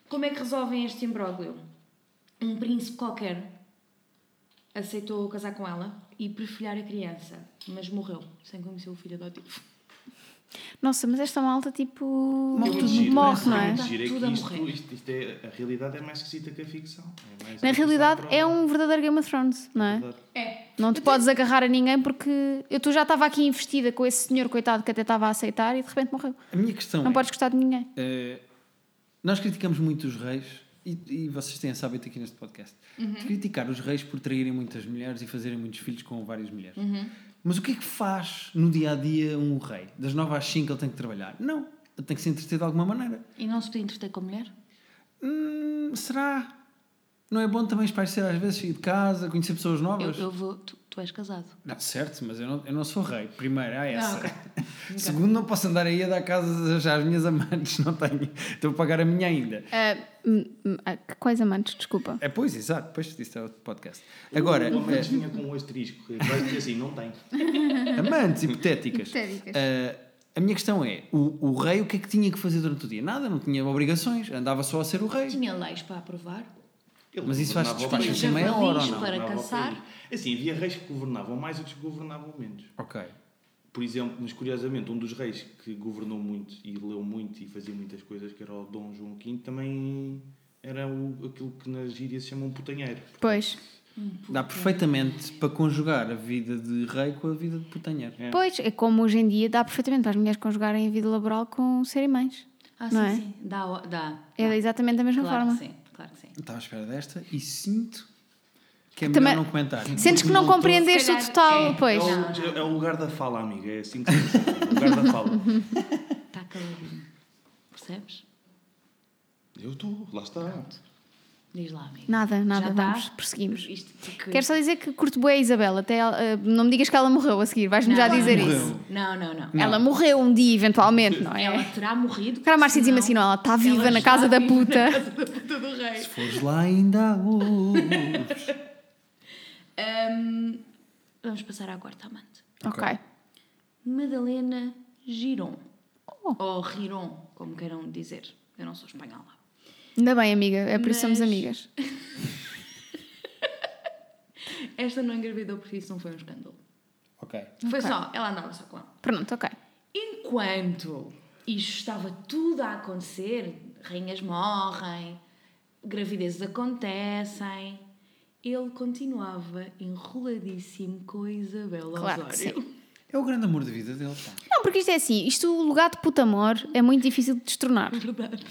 Speaker 2: Como é que resolvem este imbróglio? Um príncipe qualquer aceitou casar com ela e perfilhar a criança, mas morreu sem conhecer o filho adotivo.
Speaker 4: Nossa, mas esta malta, tipo.
Speaker 5: Morre
Speaker 4: Morre,
Speaker 5: tudo giro,
Speaker 4: não é?
Speaker 5: Mas gira é
Speaker 2: Tudo
Speaker 5: que
Speaker 2: a
Speaker 5: isto,
Speaker 2: morrer.
Speaker 5: isto, isto é, a realidade é mais esquisita que a ficção. É mais
Speaker 4: Na
Speaker 5: a ficção
Speaker 4: realidade,
Speaker 5: prova.
Speaker 4: é um verdadeiro Game of Thrones, não é?
Speaker 2: É.
Speaker 4: Não te podes agarrar a ninguém porque eu tu já estava aqui investida com esse senhor coitado que até estava a aceitar e de repente morreu.
Speaker 3: A minha questão
Speaker 4: Não
Speaker 3: é...
Speaker 4: podes gostar de ninguém.
Speaker 3: eh, nós criticamos muito os reis. E, e vocês têm esse hábito aqui neste podcast.
Speaker 2: Uhum.
Speaker 3: De criticar os reis por traírem muitas mulheres e fazerem muitos filhos com várias mulheres.
Speaker 2: Uhum.
Speaker 3: Mas o que é que faz no dia-a-dia um rei? Das nove às cinco ele tem que trabalhar? Não. tem que se entreter de alguma maneira.
Speaker 2: E não se podia entreter com a mulher?
Speaker 3: Hum, será? Não é bom também espairecer às vezes, sair de casa, conhecer pessoas
Speaker 2: Eu,
Speaker 3: novas?
Speaker 2: eu vou. Tu, tu és casado.
Speaker 3: Não, certo, mas eu não, eu não sou rei. Primeiro, há essa.
Speaker 2: Ah, ok.
Speaker 3: [LAUGHS] Segundo, não posso andar aí a dar casas às minhas amantes, não tenho. Estou a pagar a minha ainda.
Speaker 4: Ah, hum, hum, ah, que quais amantes, desculpa.
Speaker 3: É, pois, exato, depois disso é outro podcast. Agora,
Speaker 5: Pelo menos
Speaker 2: Uh.
Speaker 3: eh,
Speaker 5: vinha com um asterisco. que Vais dizer assim, não tem.
Speaker 3: amantes hipotéticas.
Speaker 4: Hipotéticas.
Speaker 3: Eh, a minha questão é: o, o rei o que é que tinha que fazer durante o dia? Nada, não tinha obrigações, andava só a ser o rei.
Speaker 2: Tinha leis para aprovar.
Speaker 5: Ele
Speaker 3: Mas isso acho que
Speaker 5: governava
Speaker 3: despacha-se
Speaker 5: o
Speaker 3: em
Speaker 5: país.
Speaker 3: meia hora ou não?
Speaker 2: Para
Speaker 5: Governava o
Speaker 2: caçar?
Speaker 5: país. Assim, havia reis que governavam mais e outros que governavam menos.
Speaker 3: Ok.
Speaker 5: Por exemplo, mas curiosamente, um dos reis que governou muito e leu muito e fazia muitas coisas, que era o Dom João V, também era o, aquilo que na gíria se chama um putanheiro.
Speaker 4: Pois.
Speaker 3: Dá perfeitamente para conjugar a vida de rei com a vida de putanheiro.
Speaker 5: É.
Speaker 4: Pois, é como hoje em dia dá perfeitamente para as mulheres conjugarem a vida laboral com serem mães.
Speaker 2: Ah, sim,
Speaker 4: Não é?
Speaker 2: sim. Dá. o- dá.
Speaker 4: É exatamente da mesma
Speaker 2: Claro
Speaker 4: forma.
Speaker 2: que sim, claro que sim.
Speaker 3: Estava à espera desta e sinto que é
Speaker 4: Que
Speaker 3: melhor
Speaker 4: também-
Speaker 3: não comentar.
Speaker 4: Sentes que não
Speaker 3: estou-
Speaker 4: compreendeste
Speaker 2: Então, Se
Speaker 4: o
Speaker 2: calhar-
Speaker 4: total,
Speaker 2: é.
Speaker 5: É
Speaker 4: pois.
Speaker 5: o, é o lugar da fala, amiga. É assim que se diz. É o lugar da fala.
Speaker 2: Está Tá caladinho. Percebes?
Speaker 5: Eu estou, lá está.
Speaker 2: Diz lá, amigo.
Speaker 4: Nada, nada,
Speaker 2: Já
Speaker 4: vamos,
Speaker 2: tá?
Speaker 4: perseguimos.
Speaker 2: Isto porque-
Speaker 4: Quero só dizer que curto bem a Isabel, até ela- eh, não me digas que ela morreu a seguir, vais-me
Speaker 2: Não,
Speaker 4: já dizer
Speaker 2: não,
Speaker 4: isso.
Speaker 2: Não, não, não.
Speaker 4: Ela morreu um dia,
Speaker 2: [LAUGHS]
Speaker 4: eventualmente, não é?
Speaker 2: Ela terá morrido.
Speaker 4: Cara, a Márcia dizia-me assim:
Speaker 2: senão-
Speaker 4: não, ela está viva
Speaker 2: Ela
Speaker 4: na
Speaker 2: está
Speaker 4: casa da
Speaker 2: viva
Speaker 4: puta.
Speaker 2: Na casa da puta do rei.
Speaker 3: Fores lá ainda hoje.
Speaker 2: Ahm, Hum, vamos passar à quarta amante.
Speaker 4: Ok.
Speaker 2: Madalena Giron.
Speaker 4: Oh.
Speaker 2: Ou Riron, como queiram dizer. Eu não sou espanhola.
Speaker 4: Ainda bem, amiga, é por isso que somos
Speaker 2: Mas-
Speaker 4: amigas.
Speaker 2: Esta não engravidou porque isso não foi um escândalo.
Speaker 3: ok.
Speaker 2: Foi só, ela andava só com ela.
Speaker 4: Pronto, ok.
Speaker 2: Enquanto isto estava tudo a acontecer, rainhas morrem, gravidezes acontecem, ele continuava enroladíssimo com a Isabela
Speaker 4: Claro que
Speaker 2: Osório.
Speaker 3: É o grande amor da vida dele, pá.
Speaker 4: Não, porque isto é assim: isto, o lugar de puta amor, é muito difícil de destronar.
Speaker 2: Verdade.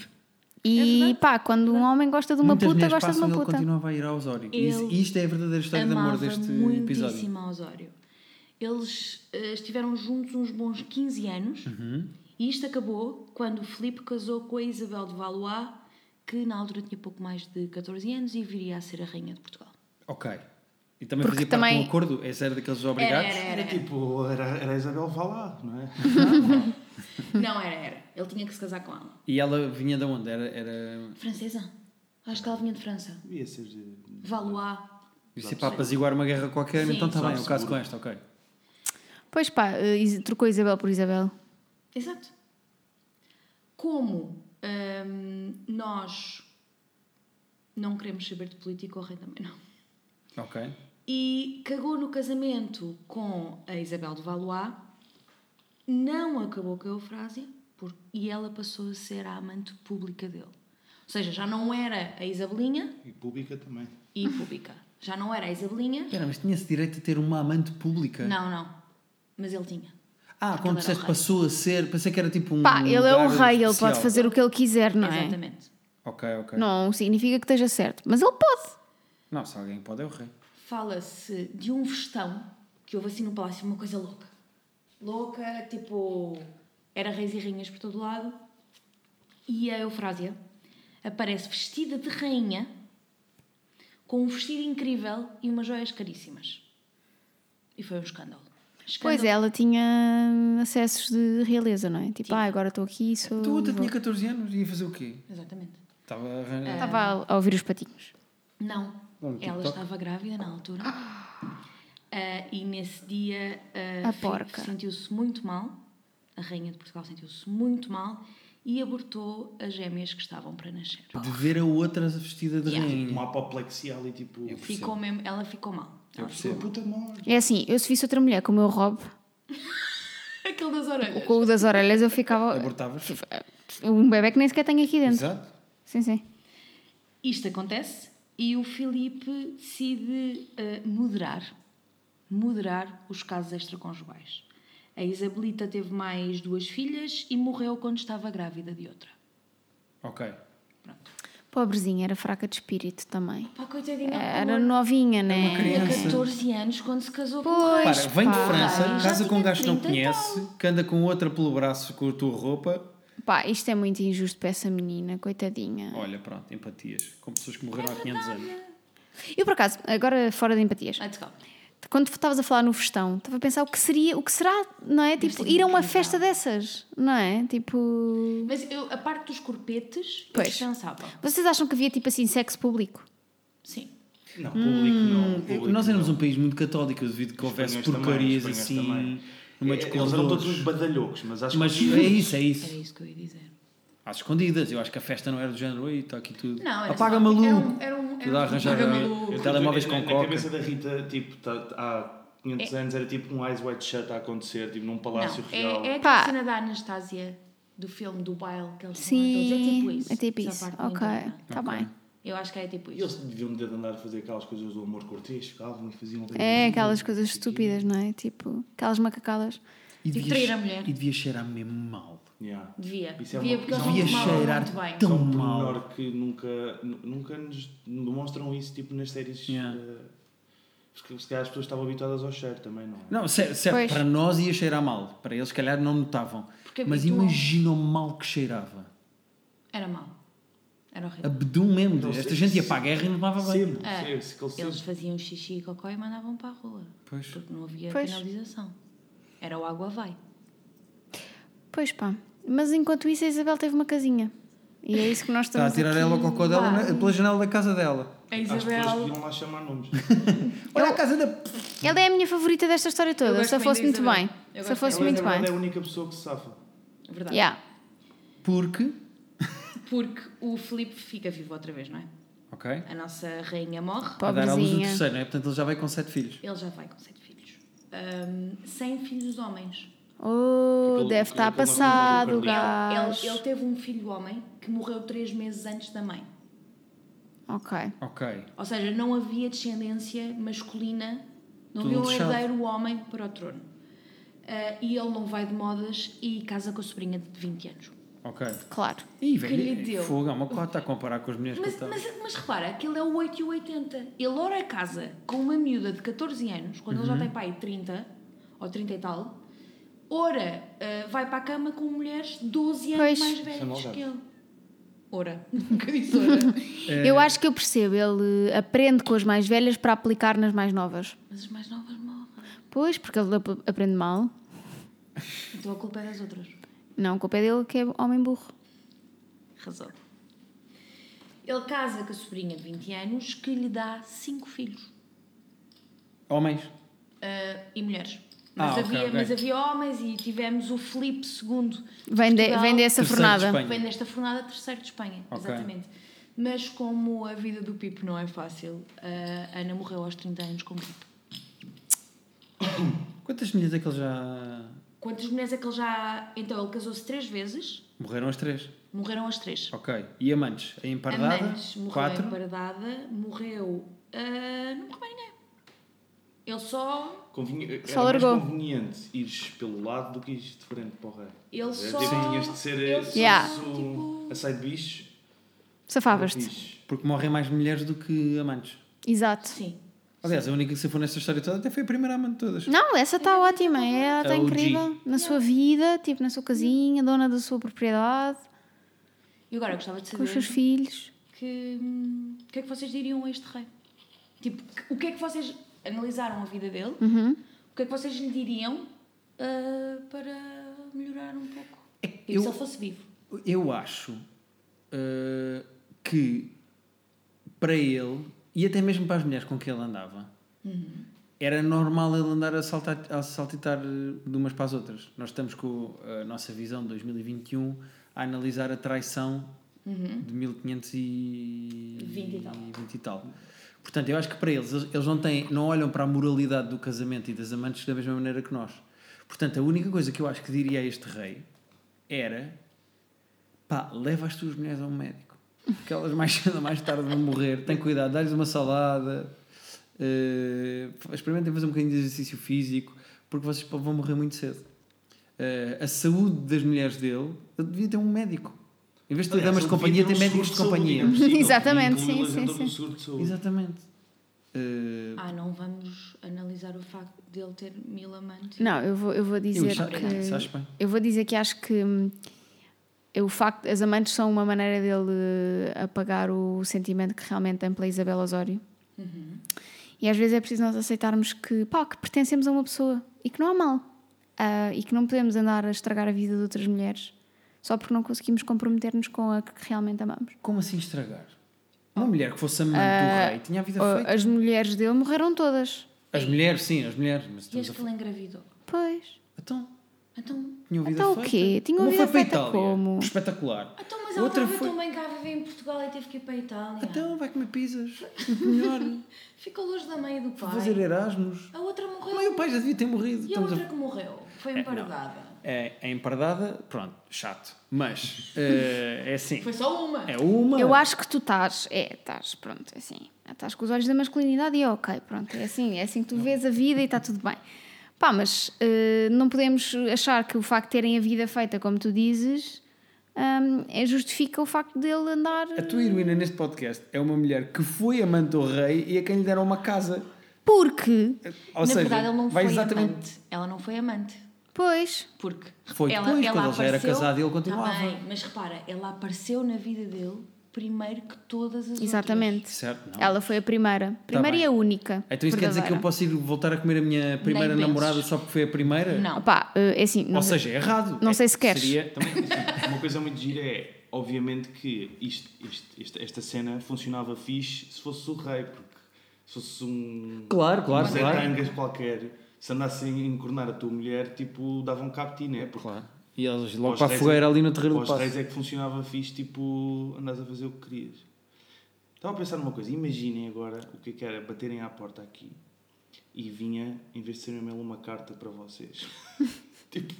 Speaker 2: É
Speaker 4: E pá, quando um homem gosta de uma
Speaker 3: Muitas
Speaker 4: puta,
Speaker 3: mulheres
Speaker 4: gosta de
Speaker 3: passam
Speaker 4: uma
Speaker 3: e ele
Speaker 4: puta.
Speaker 3: continuava a ir ao Osório. E isso-
Speaker 2: Ele
Speaker 3: isto é a verdadeira história de amor
Speaker 2: Amava
Speaker 3: deste episódio.
Speaker 2: muitíssimo a Osório. Eles eh, estiveram juntos uns bons 15 anos
Speaker 3: Uhum.
Speaker 2: e isto acabou quando o Filipe casou com a Isabel de Valois, que na altura tinha pouco mais de 14 anos e viria a ser a rainha de
Speaker 3: [LAUGHS]
Speaker 2: Portugal.
Speaker 3: Ok. E também
Speaker 4: Porque
Speaker 3: fazia parte de
Speaker 4: também-
Speaker 3: um acordo? Esse era daqueles obrigados?
Speaker 5: Era tipo, era, era a Isabel Valá, não é?
Speaker 2: Não, era, era. Ele tinha que se casar com ela.
Speaker 3: E ela vinha de onde? Era. era...
Speaker 2: Francesa? Acho que ela vinha de França.
Speaker 5: Devia ser. de-
Speaker 2: Valois.
Speaker 3: Isso é para apaziguar uma guerra qualquer,
Speaker 2: Sim.
Speaker 3: então está
Speaker 5: Só
Speaker 3: bem, eu caso
Speaker 5: seguro.
Speaker 3: com esta, ok.
Speaker 4: Pois pá, eh, Is- trocou Isabel por Isabel.
Speaker 2: Exato. Como hum, nós não queremos saber de político, o rei também não.
Speaker 3: Ok.
Speaker 2: E cagou no casamento com a Isabel de Valois, não acabou com a Eufrásia por- e ela passou a ser a amante pública dele. Ou seja, já não era a Isabelinha
Speaker 5: E pública também.
Speaker 2: e pública. Já não era a Isabelinha.
Speaker 3: Espera, mas tinha-se direito a ter uma amante pública?
Speaker 2: Não, não. Mas ele tinha. Aquele era
Speaker 3: Ah,
Speaker 2: um
Speaker 3: quando disseste
Speaker 2: o rei.
Speaker 3: passou a ser, pensei que era tipo um.
Speaker 4: Pá, ele é o
Speaker 3: lugar
Speaker 4: rei, ele
Speaker 3: especial.
Speaker 4: pode fazer o que ele quiser, não é?
Speaker 2: Exatamente.
Speaker 3: Ok, ok. Não.
Speaker 4: Não significa que esteja certo, mas ele pode.
Speaker 3: se alguém pode, é o rei.
Speaker 2: Fala-se de um festão que houve assim no palácio, uma coisa louca. Louca, tipo. Era reis e rainhas por todo lado. E a Eufrásia aparece vestida de rainha, com um vestido incrível e umas joias caríssimas. E foi um escândalo. escândalo.
Speaker 4: Pois é, ela tinha hum, acessos de realeza, não é? Tipo, ah, agora estou aqui e sou.
Speaker 3: Tu outra Então, tinha 14 anos e ia fazer o quê?
Speaker 2: Exatamente.
Speaker 3: Estava a
Speaker 2: É.
Speaker 3: arranjar.
Speaker 4: Estava a, a ouvir os patinhos.
Speaker 2: Não,
Speaker 3: Não, no
Speaker 2: ela
Speaker 3: TikTok?
Speaker 2: estava grávida na altura. Ah, e nesse dia ah,
Speaker 4: A
Speaker 2: fi-
Speaker 4: porca.
Speaker 2: sentiu-se muito mal. A rainha de Portugal sentiu-se muito mal e abortou as gêmeas que estavam para nascer.
Speaker 3: de ver a outra vestida de
Speaker 2: Yeah.
Speaker 3: rainha.
Speaker 5: Uma apoplexia ali, tipo.
Speaker 3: Eu percebo.
Speaker 2: Ficou mesmo, ela ficou mal. [LAUGHS] Ela ficou-
Speaker 5: "Sua Puta morte.
Speaker 4: É assim, eu se visse outra mulher com o meu robe,
Speaker 2: Aquele das orelhas.
Speaker 4: com o das orelhas, eu ficava.
Speaker 3: Abortavas?
Speaker 4: Um bebê que nem sequer tenho aqui dentro.
Speaker 3: É Exato.
Speaker 4: Sim, sim.
Speaker 2: Isto acontece e o Filipe decide ah, moderar, moderar os casos extraconjugais. A Isabelita teve mais duas filhas e morreu quando estava grávida de outra.
Speaker 3: Ok.
Speaker 2: Pronto.
Speaker 4: Pobrezinha, era fraca de espírito também.
Speaker 2: Pá, coitadinha.
Speaker 4: Era novinha, né?
Speaker 3: É uma criança.
Speaker 2: Tinha 14 É, anos quando se casou com o
Speaker 4: Pois.
Speaker 2: rei.
Speaker 4: Mas
Speaker 3: Para, vem de
Speaker 4: pá,
Speaker 3: França,
Speaker 2: já
Speaker 3: casa
Speaker 2: tinha
Speaker 3: com um gajo que não
Speaker 2: 30 e tal.
Speaker 3: conhece, que anda com outra pelo braço com a tua roupa.
Speaker 4: Pá, isto é muito injusto para essa menina, coitadinha.
Speaker 3: Olha, pronto, empatias. Com pessoas que
Speaker 2: É
Speaker 3: morreram há 500 anos.
Speaker 4: Eu, por acaso, agora fora de empatias,
Speaker 2: Let's go.
Speaker 4: quando estavas a falar no festão, estava a pensar o que seria, o que será, não é? Tipo, ir a uma festa
Speaker 2: então.
Speaker 4: dessas, não é? Tipo.
Speaker 2: Mas eu, a parte dos corpetes, eu
Speaker 4: Pois.
Speaker 2: dispensava.
Speaker 4: Vocês acham que havia tipo assim sexo público?
Speaker 2: Sim.
Speaker 5: Não, público não. Público
Speaker 3: Nós éramos
Speaker 5: não.
Speaker 3: um país muito católico, eu duvido que houvesse
Speaker 5: Espanhóis também,
Speaker 3: porcarias
Speaker 5: espanhóis
Speaker 3: assim
Speaker 5: também.
Speaker 3: no meio dos
Speaker 5: Eh, Eles eram todos
Speaker 3: corredores.
Speaker 5: muito badalhocos, mas acho
Speaker 3: Mas
Speaker 5: que.
Speaker 3: é isso, é
Speaker 2: Era
Speaker 3: isso.
Speaker 2: isso que eu ia dizer.
Speaker 3: Às escondidas. Eu acho que a festa não era do género. Oi, está aqui tudo.
Speaker 2: Não, era
Speaker 3: Apaga
Speaker 2: só-
Speaker 3: maluco.
Speaker 2: era um- era um- era
Speaker 3: Tudo a
Speaker 2: um
Speaker 3: arranjar
Speaker 2: apaga
Speaker 3: eh,
Speaker 2: maluco.
Speaker 5: Eu
Speaker 3: telemóveis
Speaker 5: tenho-
Speaker 3: com
Speaker 5: na, Na
Speaker 3: coca.
Speaker 5: cabeça da Rita, tipo, tá- há 500 anos era tipo um Eyes Wide Shut a acontecer, tipo num palácio
Speaker 2: É- não,
Speaker 5: real.
Speaker 2: é, é
Speaker 4: Pá.
Speaker 2: aquela cena da Anastácia, do filme do baile que eles são lá todos. É tipo
Speaker 4: Sim,
Speaker 2: isso.
Speaker 4: é tipo
Speaker 2: Essa
Speaker 4: isso.
Speaker 2: parte não
Speaker 4: Ok,
Speaker 2: importa.
Speaker 4: está bem.
Speaker 2: Eu acho que é tipo
Speaker 5: E
Speaker 2: isso.
Speaker 5: Eles deviam de andar a fazer aquelas coisas do amor cortês, ficavam e faziam.
Speaker 4: É aquelas coisas estúpidas, não é? Tipo, aquelas macacadas.
Speaker 3: E
Speaker 2: Tipo,
Speaker 3: devia
Speaker 2: trair a
Speaker 3: che-
Speaker 2: mulher.
Speaker 3: E devia cheirar mesmo mal.
Speaker 5: Yeah.
Speaker 2: Devia.
Speaker 5: Isso é
Speaker 2: devia,
Speaker 5: uma-
Speaker 2: porque eles
Speaker 3: devia
Speaker 2: não tomavam
Speaker 3: cheirar
Speaker 2: muito bem.
Speaker 3: tão-
Speaker 5: Só um
Speaker 3: mal.
Speaker 5: pormenor que nunca, nu- nunca nos demonstram isso, tipo nas séries.
Speaker 3: Yeah.
Speaker 5: eh, porque se calhar as pessoas estavam habituadas ao cheiro também, não é?
Speaker 3: Não, sério, sério,
Speaker 4: Pois.
Speaker 3: para nós ia cheirar mal. Para eles, se calhar, não notavam.
Speaker 2: Porque é
Speaker 3: Mas
Speaker 2: habituam.
Speaker 3: imagina o mal que cheirava.
Speaker 2: Era mau. Era horrível.
Speaker 3: Abdum mesmo.
Speaker 5: Não
Speaker 3: Esta
Speaker 5: sei.
Speaker 3: gente ia para a guerra e não tomava bem.
Speaker 5: Sempre,
Speaker 2: Ah,
Speaker 5: sempre, se aquele
Speaker 2: Eles
Speaker 5: sempre.
Speaker 2: faziam xixi e cocó e mandavam para a rua.
Speaker 3: Pois.
Speaker 2: Porque não havia
Speaker 4: Pois.
Speaker 2: canalização. Era o água vai.
Speaker 4: Pois pá. Mas enquanto isso, a Isabel teve uma casinha. E é isso que nós
Speaker 3: Está a
Speaker 4: estamos.
Speaker 3: Tá, tirar
Speaker 4: aqui-
Speaker 3: ela o cocó dela
Speaker 2: Vai.
Speaker 3: na- pela janela da casa dela.
Speaker 2: A
Speaker 5: As pessoas
Speaker 2: Isabel.
Speaker 5: podiam lá chamar nomes.
Speaker 3: Olha a casa da.
Speaker 4: Ela é a minha favorita desta história
Speaker 2: Eu
Speaker 4: toda.
Speaker 2: gosto
Speaker 4: Se eu
Speaker 2: muito
Speaker 4: fosse
Speaker 2: da
Speaker 4: muito
Speaker 2: Isabel.
Speaker 4: bem.
Speaker 2: Eu
Speaker 4: Se eu
Speaker 2: gosto
Speaker 4: fosse
Speaker 5: Ela, na
Speaker 4: muito
Speaker 5: verdade, é a
Speaker 4: bem.
Speaker 5: única pessoa que se safa.
Speaker 2: Verdade.
Speaker 4: Yeah.
Speaker 3: Porque.
Speaker 2: Porque o Filipe fica vivo outra vez, não é?
Speaker 3: Ok.
Speaker 2: A nossa rainha morre.
Speaker 3: A dar à luz o
Speaker 4: Pobrezinha.
Speaker 3: terceiro, não é? Portanto, ele já vai com sete filhos.
Speaker 2: Ele já vai com sete filhos. Ahm, sem filhos homens.
Speaker 4: Oh,
Speaker 5: Aquele-
Speaker 4: deve estar
Speaker 5: aquele nosso
Speaker 4: passado o
Speaker 5: amigo
Speaker 2: Ele,
Speaker 4: gajo.
Speaker 2: ele teve um filho homem que morreu três meses antes da mãe.
Speaker 4: Ok.
Speaker 3: Ok.
Speaker 2: Ou seja, não havia descendência masculina, não
Speaker 3: Tudo
Speaker 2: havia um
Speaker 3: deixado.
Speaker 2: herdeiro homem para o trono. Ah, e ele não vai de modas e casa com a sobrinha de 20 anos.
Speaker 3: Ok.
Speaker 4: Claro.
Speaker 3: Ih,
Speaker 2: lhe deu.
Speaker 3: velho. é Fogo, há uma cota a comparar com as mulheres
Speaker 2: Mas,
Speaker 3: que eu
Speaker 2: mas, mas repara, aquele é o 8 e o 80. Ele ora a casa com uma miúda de 14 anos, quando ele já tem pai 30 ou 30 e tal, ora ah, vai para a cama com mulheres 12 anos
Speaker 4: Pois.
Speaker 2: mais
Speaker 5: Isso é
Speaker 2: velhas
Speaker 5: maldade.
Speaker 2: que ele. Ora, [LAUGHS] nunca disse ora.
Speaker 4: [LAUGHS] Eu acho que eu percebo. Ele aprende com as mais velhas para aplicar nas mais novas.
Speaker 2: mas as mais novas morrem.
Speaker 4: Pois, porque ele ap- aprende mal.
Speaker 2: Então a culpa é das outras.
Speaker 4: Não, a culpa é dele que é homem burro.
Speaker 2: Razão. Ele casa com a sobrinha de 20 anos que lhe dá cinco filhos
Speaker 3: Homens.
Speaker 2: ah, e mulheres.
Speaker 3: Ah,
Speaker 2: Mas,
Speaker 3: ok,
Speaker 2: havia,
Speaker 3: ok.
Speaker 2: mas havia homens e tivemos o Filipe II. de
Speaker 4: Vem,
Speaker 2: Portugal.
Speaker 4: de- vem dessa
Speaker 3: Terceiro de
Speaker 4: fornada.
Speaker 3: Espanha.
Speaker 2: Vem desta fornada terceiro de Espanha,
Speaker 3: Ok.
Speaker 2: exatamente. Mas como a vida do Pipo não é fácil, a Ana morreu aos 30 anos com gripe.
Speaker 3: Quantas mulheres é que ele já.
Speaker 2: Quantas mulheres é que ele já. Então, ele casou-se três vezes,
Speaker 3: Morreram as três.
Speaker 2: morreram as três.
Speaker 3: Ok. E amantes? A
Speaker 2: A
Speaker 3: empardada?
Speaker 2: Amantes morreu
Speaker 3: quatro.
Speaker 2: embaradada, morreu. ah, não morreu mais ninguém. Ele só
Speaker 5: Convinha, era
Speaker 4: Só
Speaker 5: mais
Speaker 4: largou.
Speaker 5: conveniente ires pelo lado do que ires de frente para o rei.
Speaker 2: Ele
Speaker 5: Estás a ver?
Speaker 2: só-
Speaker 5: Tipo, tinhas de ser
Speaker 2: ele
Speaker 5: se
Speaker 4: só, Yeah.
Speaker 5: fosse o-
Speaker 2: tipo-
Speaker 5: a side bicho. tipo,
Speaker 4: Safavas-te.
Speaker 5: bicho.
Speaker 3: Porque morrem mais mulheres do que amantes.
Speaker 4: Exato.
Speaker 2: Sim.
Speaker 3: Aliás, a única que se for nesta história toda até foi a primeira amante de todas.
Speaker 4: Não, essa está ótima. É, Ela está
Speaker 3: A OG.
Speaker 4: incrível. Na sua vida, tipo, na sua casinha, dona da sua propriedade,
Speaker 2: E agora eu gostava de
Speaker 4: com
Speaker 2: saber
Speaker 4: os seus filhos.
Speaker 2: que hum, o que é que vocês diriam a este rei? Tipo, que- o que é que vocês analisaram a vida dele?
Speaker 3: Uhum.
Speaker 2: O que é que vocês lhe diriam ah, para melhorar um pouco? Tipo,
Speaker 3: É eu-
Speaker 2: Se ele fosse vivo.
Speaker 3: Eu acho uh, que para ele, e até mesmo para as mulheres com que ele andava,
Speaker 2: Uhum.
Speaker 3: era normal ele andar a, saltar, a saltitar eh, de umas para as outras. Nós estamos com a nossa visão de 2021 a analisar a traição de 1520
Speaker 2: Uhum. Vinte e
Speaker 3: e,
Speaker 2: tal.
Speaker 3: e tal. Portanto, eu acho que para eles, eles eles não, têm, não olham para a moralidade do casamento e das amantes da mesma maneira que nós. Portanto, a única coisa que eu acho que diria a este rei era pá, leva as tuas mulheres a um médico. Porque elas mais [LAUGHS] cedo ou mais tarde vão morrer. Tem cuidado, dá-lhes uma salada, eh, experimentem fazer um bocadinho de exercício físico, porque vocês vão morrer muito cedo. Eh, a saúde das mulheres dele, ele devia ter um médico. Em vez de ter
Speaker 5: Aliás,
Speaker 3: damas de
Speaker 5: ele
Speaker 3: companhia,
Speaker 5: devia ter
Speaker 3: tem
Speaker 5: um
Speaker 3: médicos de
Speaker 5: seguro saúde,
Speaker 3: companhia.
Speaker 5: não é possível.
Speaker 4: Exatamente,
Speaker 5: Incluí-las
Speaker 4: sim,
Speaker 5: em
Speaker 4: sim,
Speaker 5: todo
Speaker 4: sim.
Speaker 5: o seguro é de saúde.
Speaker 3: [LAUGHS] Exatamente. Eh,
Speaker 2: Ah, não vamos analisar o facto dele ter mil amantes.
Speaker 4: Não, eu vou, eu vou Ah, dizer
Speaker 3: eu, acho-
Speaker 4: que.
Speaker 3: isso acho bem.
Speaker 4: Eu vou dizer que acho que hum, o facto, as amantes são uma maneira dele apagar o sentimento que realmente tem pela Isabel Osório.
Speaker 3: Uhum.
Speaker 4: E às vezes é preciso nós aceitarmos que, pá, que pertencemos a uma pessoa e que não há mal. Ah, e que não podemos andar a estragar a vida de outras mulheres só porque não conseguimos comprometer-nos com a que realmente amamos.
Speaker 3: Como assim estragar? Uma mulher que fosse amante do rei tinha a vida
Speaker 4: Ah,
Speaker 3: feita.
Speaker 4: As mulheres dele morreram todas.
Speaker 3: As mulheres, sim, as mulheres. Mas
Speaker 2: E
Speaker 3: estamos
Speaker 2: este
Speaker 3: a
Speaker 2: que ele engravidou.
Speaker 4: Pois.
Speaker 3: falar- Então,
Speaker 2: Então,
Speaker 3: tinha a vida
Speaker 4: Então o
Speaker 3: feita.
Speaker 4: quê? Tinha a
Speaker 3: Uma
Speaker 4: vida
Speaker 3: foi para
Speaker 4: feita
Speaker 3: Itália.
Speaker 4: como?
Speaker 3: Espetacular.
Speaker 2: então mas ela
Speaker 3: Outra
Speaker 2: estava
Speaker 3: foi-
Speaker 2: também cá a viver em Portugal e teve que ir para a Itália.
Speaker 3: Então, vai comer pizzas.
Speaker 2: [LAUGHS]
Speaker 3: Muito melhor.
Speaker 2: Ficou longe da mãe e do
Speaker 3: Vou
Speaker 2: pai.
Speaker 3: fazer Erasmus.
Speaker 2: A outra
Speaker 3: A mãe e
Speaker 2: morreu.
Speaker 3: o pai já devia ter morrido.
Speaker 2: E a
Speaker 3: Estamos a-
Speaker 2: outra que morreu. Foi empardada.
Speaker 3: É, é empardada, pronto, chato. Mas
Speaker 2: [LAUGHS]
Speaker 3: eh, é assim.
Speaker 2: Foi só uma.
Speaker 3: É uma.
Speaker 4: Eu acho que tu estás, é, estás, pronto, é assim, estás com os olhos da masculinidade e é ok, pronto, é assim, é assim que tu vês a vida e está tudo bem. Pá, mas eh, não podemos achar que o facto de terem a vida feita, como tu dizes, hum, é, justifica o facto dele andar.
Speaker 3: A tua heroína neste podcast é uma mulher que foi amante do rei e a quem lhe deram uma casa. Eh,
Speaker 4: Porque,
Speaker 3: Ou
Speaker 2: Na
Speaker 3: seja,
Speaker 2: verdade, ela não
Speaker 3: vai
Speaker 2: foi
Speaker 3: exatamente.
Speaker 2: amante. Ela não foi amante.
Speaker 4: pois,
Speaker 2: Porque
Speaker 3: Foi depois, quando ele já era casado e ele continuava.
Speaker 2: Tá bem, mas repara, ela apareceu na vida dele primeiro que todas as
Speaker 4: exatamente.
Speaker 3: Certo, não. Tá
Speaker 4: Ela foi a primeira, primeira e
Speaker 3: bem.
Speaker 4: a única.
Speaker 3: Então isso quer dizer que eu
Speaker 4: verdadeira.
Speaker 3: posso ir voltar a comer a minha primeira
Speaker 2: penses.
Speaker 3: namorada só porque foi a primeira?
Speaker 2: outras. Não.
Speaker 4: Pá, eh, é assim, não,
Speaker 3: Ou seja, é errado.
Speaker 4: não
Speaker 3: É,
Speaker 4: sei se queres.
Speaker 3: Seria...
Speaker 5: Também, uma coisa muito gira é, obviamente, que isto, isto- isto- esta cena funcionava fixe se fosse o rei, porque se fosse um.
Speaker 3: [LAUGHS] Claro, claro,
Speaker 5: um Zé
Speaker 3: claro.
Speaker 5: Tangas qualquer, se andassem a encornar a tua mulher, tipo, davam cabo de ti, né? Porque
Speaker 3: Claro. E eles
Speaker 5: para
Speaker 3: logo
Speaker 5: os
Speaker 3: para a
Speaker 5: reis
Speaker 3: fogueira
Speaker 5: é-
Speaker 3: ali no terreiro
Speaker 5: para
Speaker 3: do
Speaker 5: os
Speaker 3: passo.
Speaker 5: reis é que funcionava fixe, tipo, andas a fazer o que querias. Estava a pensar numa coisa, imaginem agora o que é que era baterem à porta aqui e vinha, em vez de ser um e-mail, uma carta para vocês. [LAUGHS] tipo,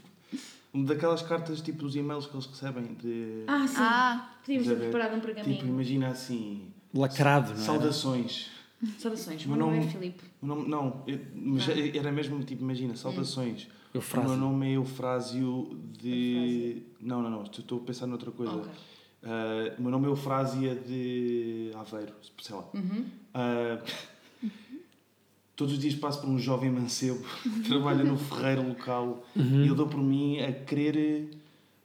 Speaker 5: uma daquelas cartas, tipo, dos e-mails que eles recebem de...
Speaker 2: Ah, sim.
Speaker 4: Ah,
Speaker 2: Podíamos ter
Speaker 5: Isabel.
Speaker 2: preparado um pergaminho.
Speaker 5: Tipo, imagina assim...
Speaker 3: Lacrado, não é?
Speaker 5: Saudações.
Speaker 2: Saudações,
Speaker 5: O
Speaker 2: meu
Speaker 5: meu
Speaker 2: nome é
Speaker 5: nome-
Speaker 2: Filipe.
Speaker 5: O nome- não, eu- mas era mesmo tipo, imagina, saudações.
Speaker 3: Hum. Eufrásio.
Speaker 5: O meu nome é Eufrásio de. Não, não, não, estou estou a pensar noutra coisa.
Speaker 2: Ok.
Speaker 5: Ah, o meu nome é Eufrásia de Aveiro, sei lá.
Speaker 2: Uhum.
Speaker 5: Ah, [LAUGHS] todos os dias passo por um jovem mancebo que trabalha no ferreiro local
Speaker 3: Uhum.
Speaker 5: e eu dou por mim a querer eh,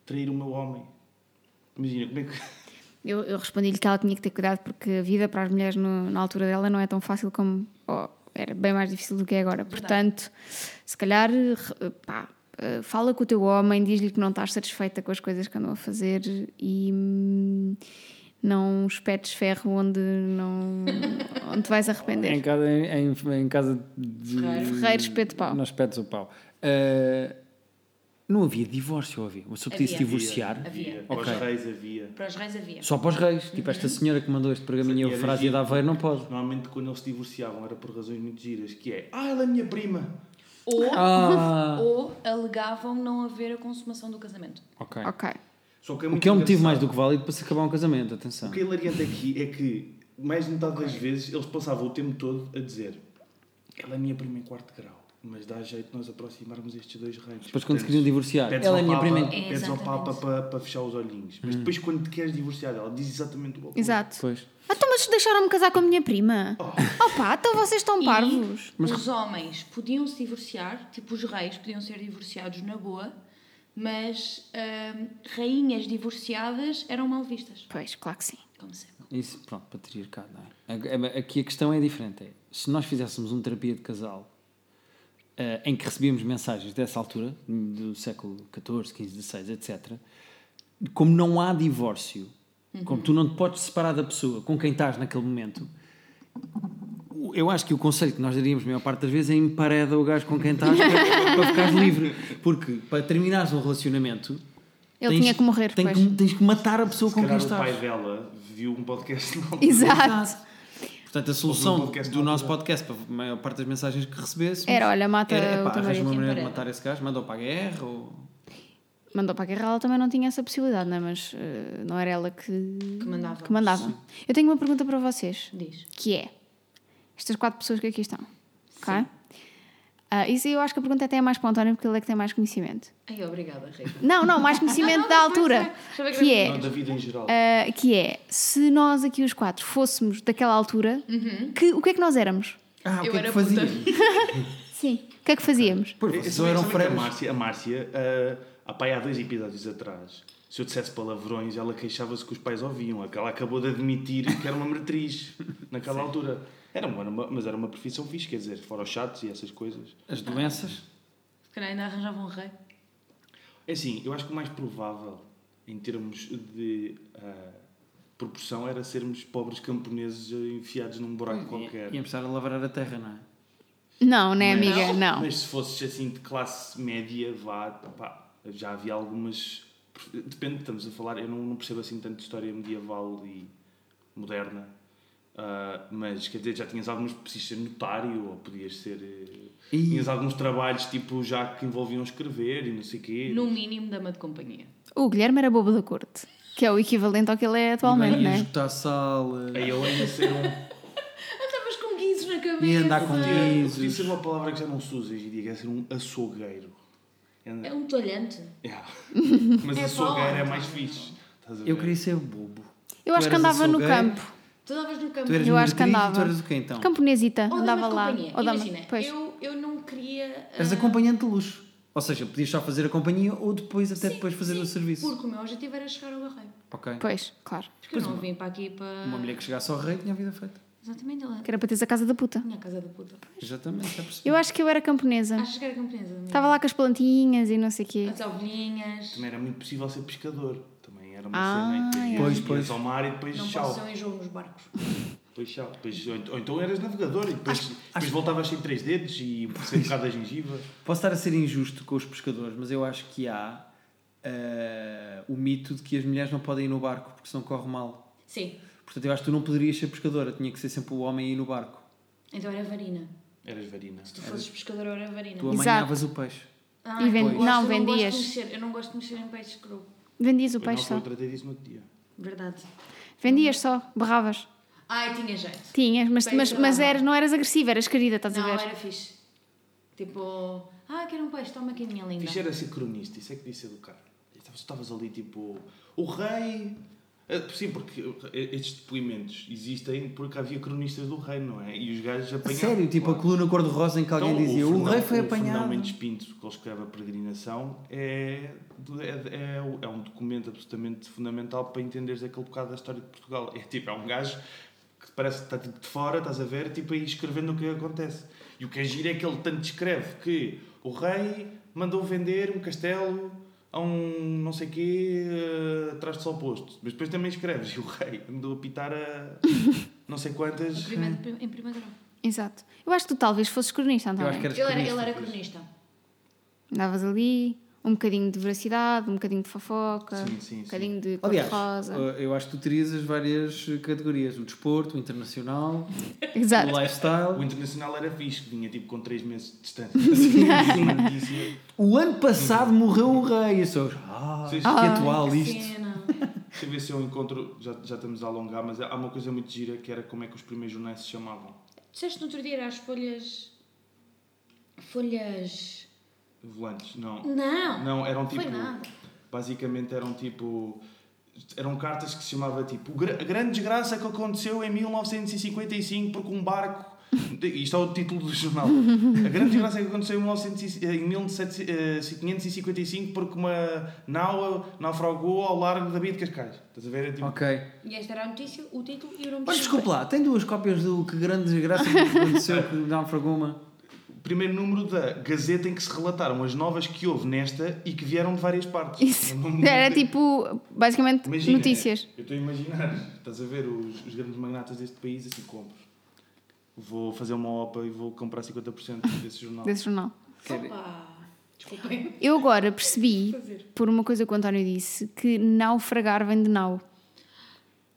Speaker 5: trair o meu homem. Imagina, como é que.
Speaker 4: Eu, eu respondi-lhe que ela tinha que ter cuidado porque a vida para as mulheres no- na altura dela não é tão fácil como. ó, era bem mais difícil do que é agora. Portanto, se calhar, re- pá, eh, fala com o teu homem, diz-lhe que não estás satisfeita com as coisas que andam a fazer e hum, não espetes ferro onde não [LAUGHS] onde te vais
Speaker 3: É Em
Speaker 4: arrepender.
Speaker 3: casa, em, em casa de.
Speaker 2: Ferreiro.
Speaker 4: Ferreiro, espeto de pau.
Speaker 3: Não espetos o pau. Ah, não havia divórcio, havia. Uma pessoa podia se
Speaker 2: Havia.
Speaker 3: divorciar.
Speaker 2: Havia.
Speaker 5: Para os
Speaker 3: Ok.
Speaker 5: reis havia.
Speaker 2: Para os reis havia.
Speaker 3: Só para os reis. Tipo,
Speaker 4: Uhum.
Speaker 3: esta senhora que mandou este pergaminho
Speaker 5: Sim,
Speaker 3: a
Speaker 5: era
Speaker 3: frase
Speaker 5: giro.
Speaker 3: da Aveiro não pode.
Speaker 4: [LAUGHS]
Speaker 5: Normalmente quando eles se divorciavam era por razões muito giras, que é Ah, ela é minha prima!
Speaker 2: Ou,
Speaker 3: Ah.
Speaker 2: ou alegavam não haver a consumação do casamento.
Speaker 3: Ok.
Speaker 4: Ok.
Speaker 5: Só que é
Speaker 3: O
Speaker 5: muito
Speaker 3: que é um motivo
Speaker 5: engraçado.
Speaker 3: mais do que válido para se acabar um casamento, atenção.
Speaker 5: O que é hilariante aqui é que mais de metade das vezes eles passavam o tempo todo a dizer Ela é minha prima em quarto grau, mas dá jeito nós aproximarmos estes dois reinos.
Speaker 3: Depois quando
Speaker 5: Portanto,
Speaker 3: se queriam divorciar,
Speaker 5: pedes
Speaker 3: ela é
Speaker 5: ao
Speaker 3: minha
Speaker 5: Papa-
Speaker 3: prima. em-
Speaker 2: É,
Speaker 5: Pedes ao
Speaker 2: exatamente.
Speaker 5: Papa para, para fechar os olhinhos.
Speaker 3: Hum.
Speaker 5: Mas depois quando te queres divorciar dela, diz exatamente o oposto.
Speaker 4: Exato.
Speaker 3: Pois.
Speaker 4: Ah, Então, mas deixaram-me casar com a minha prima. Opa, então vocês estão parvos.
Speaker 2: E os homens podiam se divorciar, tipo os reis podiam ser divorciados na boa, mas hum, rainhas divorciadas eram mal vistas.
Speaker 4: Pois, claro que sim.
Speaker 2: Como sempre.
Speaker 3: Isso, pronto, patriarcado, não é? A- a- Aqui a questão é diferente. É, se nós fizéssemos uma terapia de casal eh, em que recebíamos mensagens dessa altura, do século XIV, XV, XVI, etc., como não há divórcio, como tu não te podes separar da pessoa com quem estás naquele momento, o- eu acho que o conselho que nós daríamos, a maior parte das vezes, é empareda o gajo com quem estás para, para ficares livre. Porque para terminares um relacionamento.
Speaker 4: Ele tinha que morrer,
Speaker 3: tem
Speaker 4: pois.
Speaker 3: que- tens que matar a pessoa
Speaker 5: Se
Speaker 3: com quem
Speaker 5: calhar o
Speaker 3: estás.
Speaker 5: pai dela viu um podcast [LAUGHS] não.
Speaker 4: Exato.
Speaker 3: Portanto, a
Speaker 5: Ouve
Speaker 3: solução
Speaker 5: um podcast
Speaker 3: do
Speaker 5: na
Speaker 3: nosso
Speaker 5: altura.
Speaker 3: podcast, para a maior parte das mensagens que recebesse,
Speaker 4: Era, olha, mata
Speaker 3: era
Speaker 4: o
Speaker 3: pá,
Speaker 4: teu
Speaker 3: arranja
Speaker 4: marido.
Speaker 3: uma maneira de
Speaker 2: parede.
Speaker 3: matar esse gajo, manda-o para a guerra. Ou...
Speaker 4: Mandou para a guerra, ela também não tinha essa possibilidade, não é? Mas eh, não era ela que,
Speaker 2: Que mandava.
Speaker 4: que mandava. Eu tenho uma pergunta para vocês,
Speaker 2: Diz.
Speaker 4: que é... Estas quatro pessoas que aqui estão, ok? Ah, isso eu acho que a pergunta até é mais para o António, porque ele é que tem mais conhecimento.
Speaker 2: Ai, obrigada, Rita.
Speaker 4: Não, não, mais conhecimento
Speaker 2: [LAUGHS] não,
Speaker 4: da
Speaker 2: não,
Speaker 4: altura.
Speaker 2: não, não, não.
Speaker 4: Que
Speaker 5: Não,
Speaker 4: é...
Speaker 5: da vida em geral.
Speaker 4: ah, que é, se nós aqui os quatro fôssemos daquela altura,
Speaker 2: Uhum.
Speaker 4: que, o que é que nós éramos?
Speaker 3: Ah,
Speaker 2: Eu
Speaker 3: o que é que
Speaker 2: era
Speaker 3: fazia?
Speaker 4: Sim. O que é que fazíamos?
Speaker 3: Pois,
Speaker 5: Eu
Speaker 3: vocês
Speaker 5: só
Speaker 3: ou eram
Speaker 5: sabia que
Speaker 3: freiras.
Speaker 5: A Márcia, a Márcia ah, ah, pá, há dois episódios atrás, Se eu dissesse palavrões, ela queixava-se que os pais ouviam. Ela acabou de admitir que era uma
Speaker 3: [LAUGHS]
Speaker 5: meretriz naquela altura. Era uma, era uma- mas era uma profissão fixe, quer dizer, fora os chatos e essas coisas.
Speaker 3: As doenças?
Speaker 2: Se calhar ainda arranjava um rei.
Speaker 5: É assim, eu acho que o mais provável em termos de ah, proporção era sermos pobres camponeses enfiados num buraco
Speaker 3: Hum,
Speaker 5: qualquer.
Speaker 3: Iam precisar a lavrar a terra, não é?
Speaker 4: Não, né,
Speaker 2: é
Speaker 4: amiga? Não.
Speaker 5: Mas se fosses assim de classe média, vá, pá, já havia algumas. Depende, estamos a falar, eu não, não percebo assim tanto de história medieval e moderna, ah, mas quer dizer, já tinhas alguns. Podias ser notário ou podias ser. eh,
Speaker 3: Ih.
Speaker 5: Tinhas alguns trabalhos tipo já que envolviam escrever e não sei o quê.
Speaker 2: No mínimo, dama de companhia.
Speaker 4: O Guilherme era bobo da corte, que é o equivalente ao que ele é atualmente,
Speaker 3: E
Speaker 4: não
Speaker 3: ia
Speaker 4: é?
Speaker 3: esgotar sala.
Speaker 5: Aí eu ia ser
Speaker 4: [LAUGHS]
Speaker 5: um.
Speaker 2: Andavas com guizos na cabeça.
Speaker 3: Ia andar com
Speaker 5: Podia,
Speaker 3: guizos.
Speaker 5: podia ser uma palavra é que já não se usa hoje em dia, que é ser um açougueiro.
Speaker 2: É um talhante. [LAUGHS]
Speaker 5: Yeah. Mas
Speaker 2: É
Speaker 5: açougueiro
Speaker 2: bom.
Speaker 5: é mais fixe. Estás a ver?
Speaker 3: Eu queria ser bobo.
Speaker 4: Eu
Speaker 3: Tu
Speaker 4: acho que
Speaker 3: eras
Speaker 4: andava no
Speaker 3: açougueiro,
Speaker 4: campo.
Speaker 2: Tu andavas no campo.
Speaker 3: Tu eras
Speaker 4: Eu acho que
Speaker 3: meretriz e
Speaker 4: andava.
Speaker 3: Tu eras o quê então?
Speaker 4: Camponesita,
Speaker 2: Ou dama
Speaker 4: andava
Speaker 2: de
Speaker 4: lá.
Speaker 2: companhia.
Speaker 4: Ou dama-
Speaker 2: Imagina,
Speaker 4: pois.
Speaker 2: eu, eu não queria...
Speaker 3: Eras
Speaker 2: ah,
Speaker 3: acompanhante de luxo. Ou seja, podias só fazer a companhia ou depois até depois fazer
Speaker 2: sim,
Speaker 3: o serviço.
Speaker 2: Porque o meu objetivo era chegar ao barreiro.
Speaker 3: Ok.
Speaker 4: Pois, claro.
Speaker 2: Porque eu não vim para aqui para...
Speaker 3: Uma mulher que chegasse ao rei tinha a vida feita.
Speaker 2: Exatamente, ela...
Speaker 4: Que era para teres a casa da puta.
Speaker 2: Minha casa da puta.
Speaker 3: Exatamente, é já percebi.
Speaker 4: Eu acho que eu era camponesa.
Speaker 2: Achas que era camponesa? amiga?
Speaker 4: Estava lá com as plantinhas e não sei o quê.
Speaker 2: As ovelhinhas.
Speaker 5: Também era muito possível ser pescador. Também era uma
Speaker 4: Ah,
Speaker 5: cena. e
Speaker 4: yeah.
Speaker 5: depois
Speaker 3: Pois,
Speaker 5: ias
Speaker 3: pois.
Speaker 5: ao mar e depois
Speaker 2: Não
Speaker 5: tchau.
Speaker 2: posso ser um enjoo nos barcos.
Speaker 5: Depois tchau. Depois, ou, ent- ou então eras navegador e depois, depois voltavas sem três dedos e sem um bocado da gengiva.
Speaker 3: Posso estar a ser injusto com os pescadores, mas eu acho que há eh, o mito de que as mulheres não podem ir no barco porque senão corre mal.
Speaker 2: Sim.
Speaker 3: Portanto, eu acho que tu não poderias ser pescadora, tinha que ser sempre o homem a ir no barco.
Speaker 2: Então era varina.
Speaker 5: Eras varina.
Speaker 2: Se tu fosses pescador, eu era varina.
Speaker 3: Tu
Speaker 4: Exato.
Speaker 3: amanhavas o peixe.
Speaker 2: Ah,
Speaker 4: E
Speaker 2: eu
Speaker 4: ven-
Speaker 2: gosto,
Speaker 4: não,
Speaker 2: eu
Speaker 4: vendias.
Speaker 2: Gosto de mexer, eu não gosto de mexer em peixe cru.
Speaker 4: Vendias o
Speaker 5: Pois
Speaker 4: peixe
Speaker 5: não,
Speaker 4: só.
Speaker 5: Eu tratei disso no outro dia.
Speaker 2: Verdade.
Speaker 4: Vendias só, barravas.
Speaker 2: Ai, tinha jeito.
Speaker 4: Tinhas, mas,
Speaker 2: Peixe
Speaker 4: mas,
Speaker 2: à
Speaker 4: mas
Speaker 2: barra.
Speaker 4: eras, não eras agressiva, eras querida, estás a
Speaker 2: não,
Speaker 4: ver?
Speaker 2: era fixe. Tipo, ah, quero um peixe, toma aqui a minha linda.
Speaker 5: Fixe era ser cronista, isso é que devia ser do cara. Estavas- Estavas ali tipo, o rei. Ah, Sim, porque estes depoimentos existem porque havia cronistas do rei, não é? E os gajos
Speaker 3: A
Speaker 5: apanhavam.
Speaker 3: sério, tipo a
Speaker 5: claro.
Speaker 3: coluna cor-de-rosa em que alguém
Speaker 5: Então,
Speaker 3: dizia o,
Speaker 5: Fernão-
Speaker 3: rei foi
Speaker 5: O Fernão
Speaker 3: apanhado.
Speaker 5: Mendes Pinto, que ele escreve a peregrinação, é, do- é, é, o- é um documento absolutamente fundamental para entenderes aquele bocado da história de Portugal. É tipo, é um gajo que parece que está tipo, de fora, estás a ver, tipo, aí escrevendo o que acontece. E o que é giro é que ele tanto escreve que o rei mandou vender um castelo a um não sei quê eh, atrás de sol posto. Mas depois também escreves e o rei mandou apitar a [LAUGHS] não sei quantas...
Speaker 2: Primeiro, em primeiro grau.
Speaker 4: Exato. Eu acho que tu talvez fosses cronista,
Speaker 3: Eu acho
Speaker 4: António.
Speaker 3: que eras
Speaker 2: Ele era, ele
Speaker 3: cronista.
Speaker 2: era cronista.
Speaker 4: é? Andavas ali, um bocadinho de veracidade, um bocadinho de fofoca,
Speaker 5: Sim, sim,
Speaker 4: um bocadinho de
Speaker 3: Aliás,
Speaker 4: cor-de-rosa.
Speaker 3: eh, eu acho que tu terias as várias categorias: o desporto, o internacional,
Speaker 4: Exato.
Speaker 3: [LAUGHS] o
Speaker 5: O
Speaker 3: lifestyle.
Speaker 5: Internacional era fixe, que vinha tipo com 3 meses de
Speaker 2: [LAUGHS]
Speaker 5: distância. Assim, uma notícia.
Speaker 3: O ano passado morreu um rei. E as pessoas, ah,
Speaker 5: Sim, sim.
Speaker 3: que atual isto.
Speaker 2: Cena.
Speaker 5: Deixa eu ver se eu encontro, já, já estamos a alongar, mas há uma coisa muito gira que era como é que os primeiros jornais se chamavam.
Speaker 2: Disseste no outro dia era as folhas. Folhas.
Speaker 5: Volantes, não.
Speaker 2: Não!
Speaker 5: Não, eram tipo.
Speaker 2: foi nada.
Speaker 5: Basicamente eram tipo. Eram cartas que se chamava tipo. "O gra- A grande desgraça que aconteceu em 1955 porque um barco. Isto é o título do jornal. A grande desgraça que aconteceu em 1900 eh, em 1555 porque uma nau naufragou ao largo da Baía de Cascais. Estás a ver? É tipo,
Speaker 3: Ok.
Speaker 2: E esta era a notícia, o título e o nome do
Speaker 3: Olha,
Speaker 2: jornal.
Speaker 3: desculpa lá, tem duas cópias do Que Grande Desgraça que aconteceu que naufragou uma.
Speaker 5: primeiro número da Gazeta em que se relataram as novas que houve nesta e que vieram de várias partes. É
Speaker 4: Isso.
Speaker 5: Não- não-
Speaker 4: Era tipo, basicamente,
Speaker 5: Imagina,
Speaker 4: notícias.
Speaker 5: Eu estou a imaginar, estás a ver os, os grandes magnatas deste país assim compro. Vou fazer uma OPA e vou comprar 50% desse jornal.
Speaker 4: Desse jornal.
Speaker 2: Opa!
Speaker 4: [LAUGHS]
Speaker 2: Desculpem.
Speaker 4: Eu agora percebi,
Speaker 2: Fazer.
Speaker 4: por uma coisa que o António disse, que naufragar vem de nau.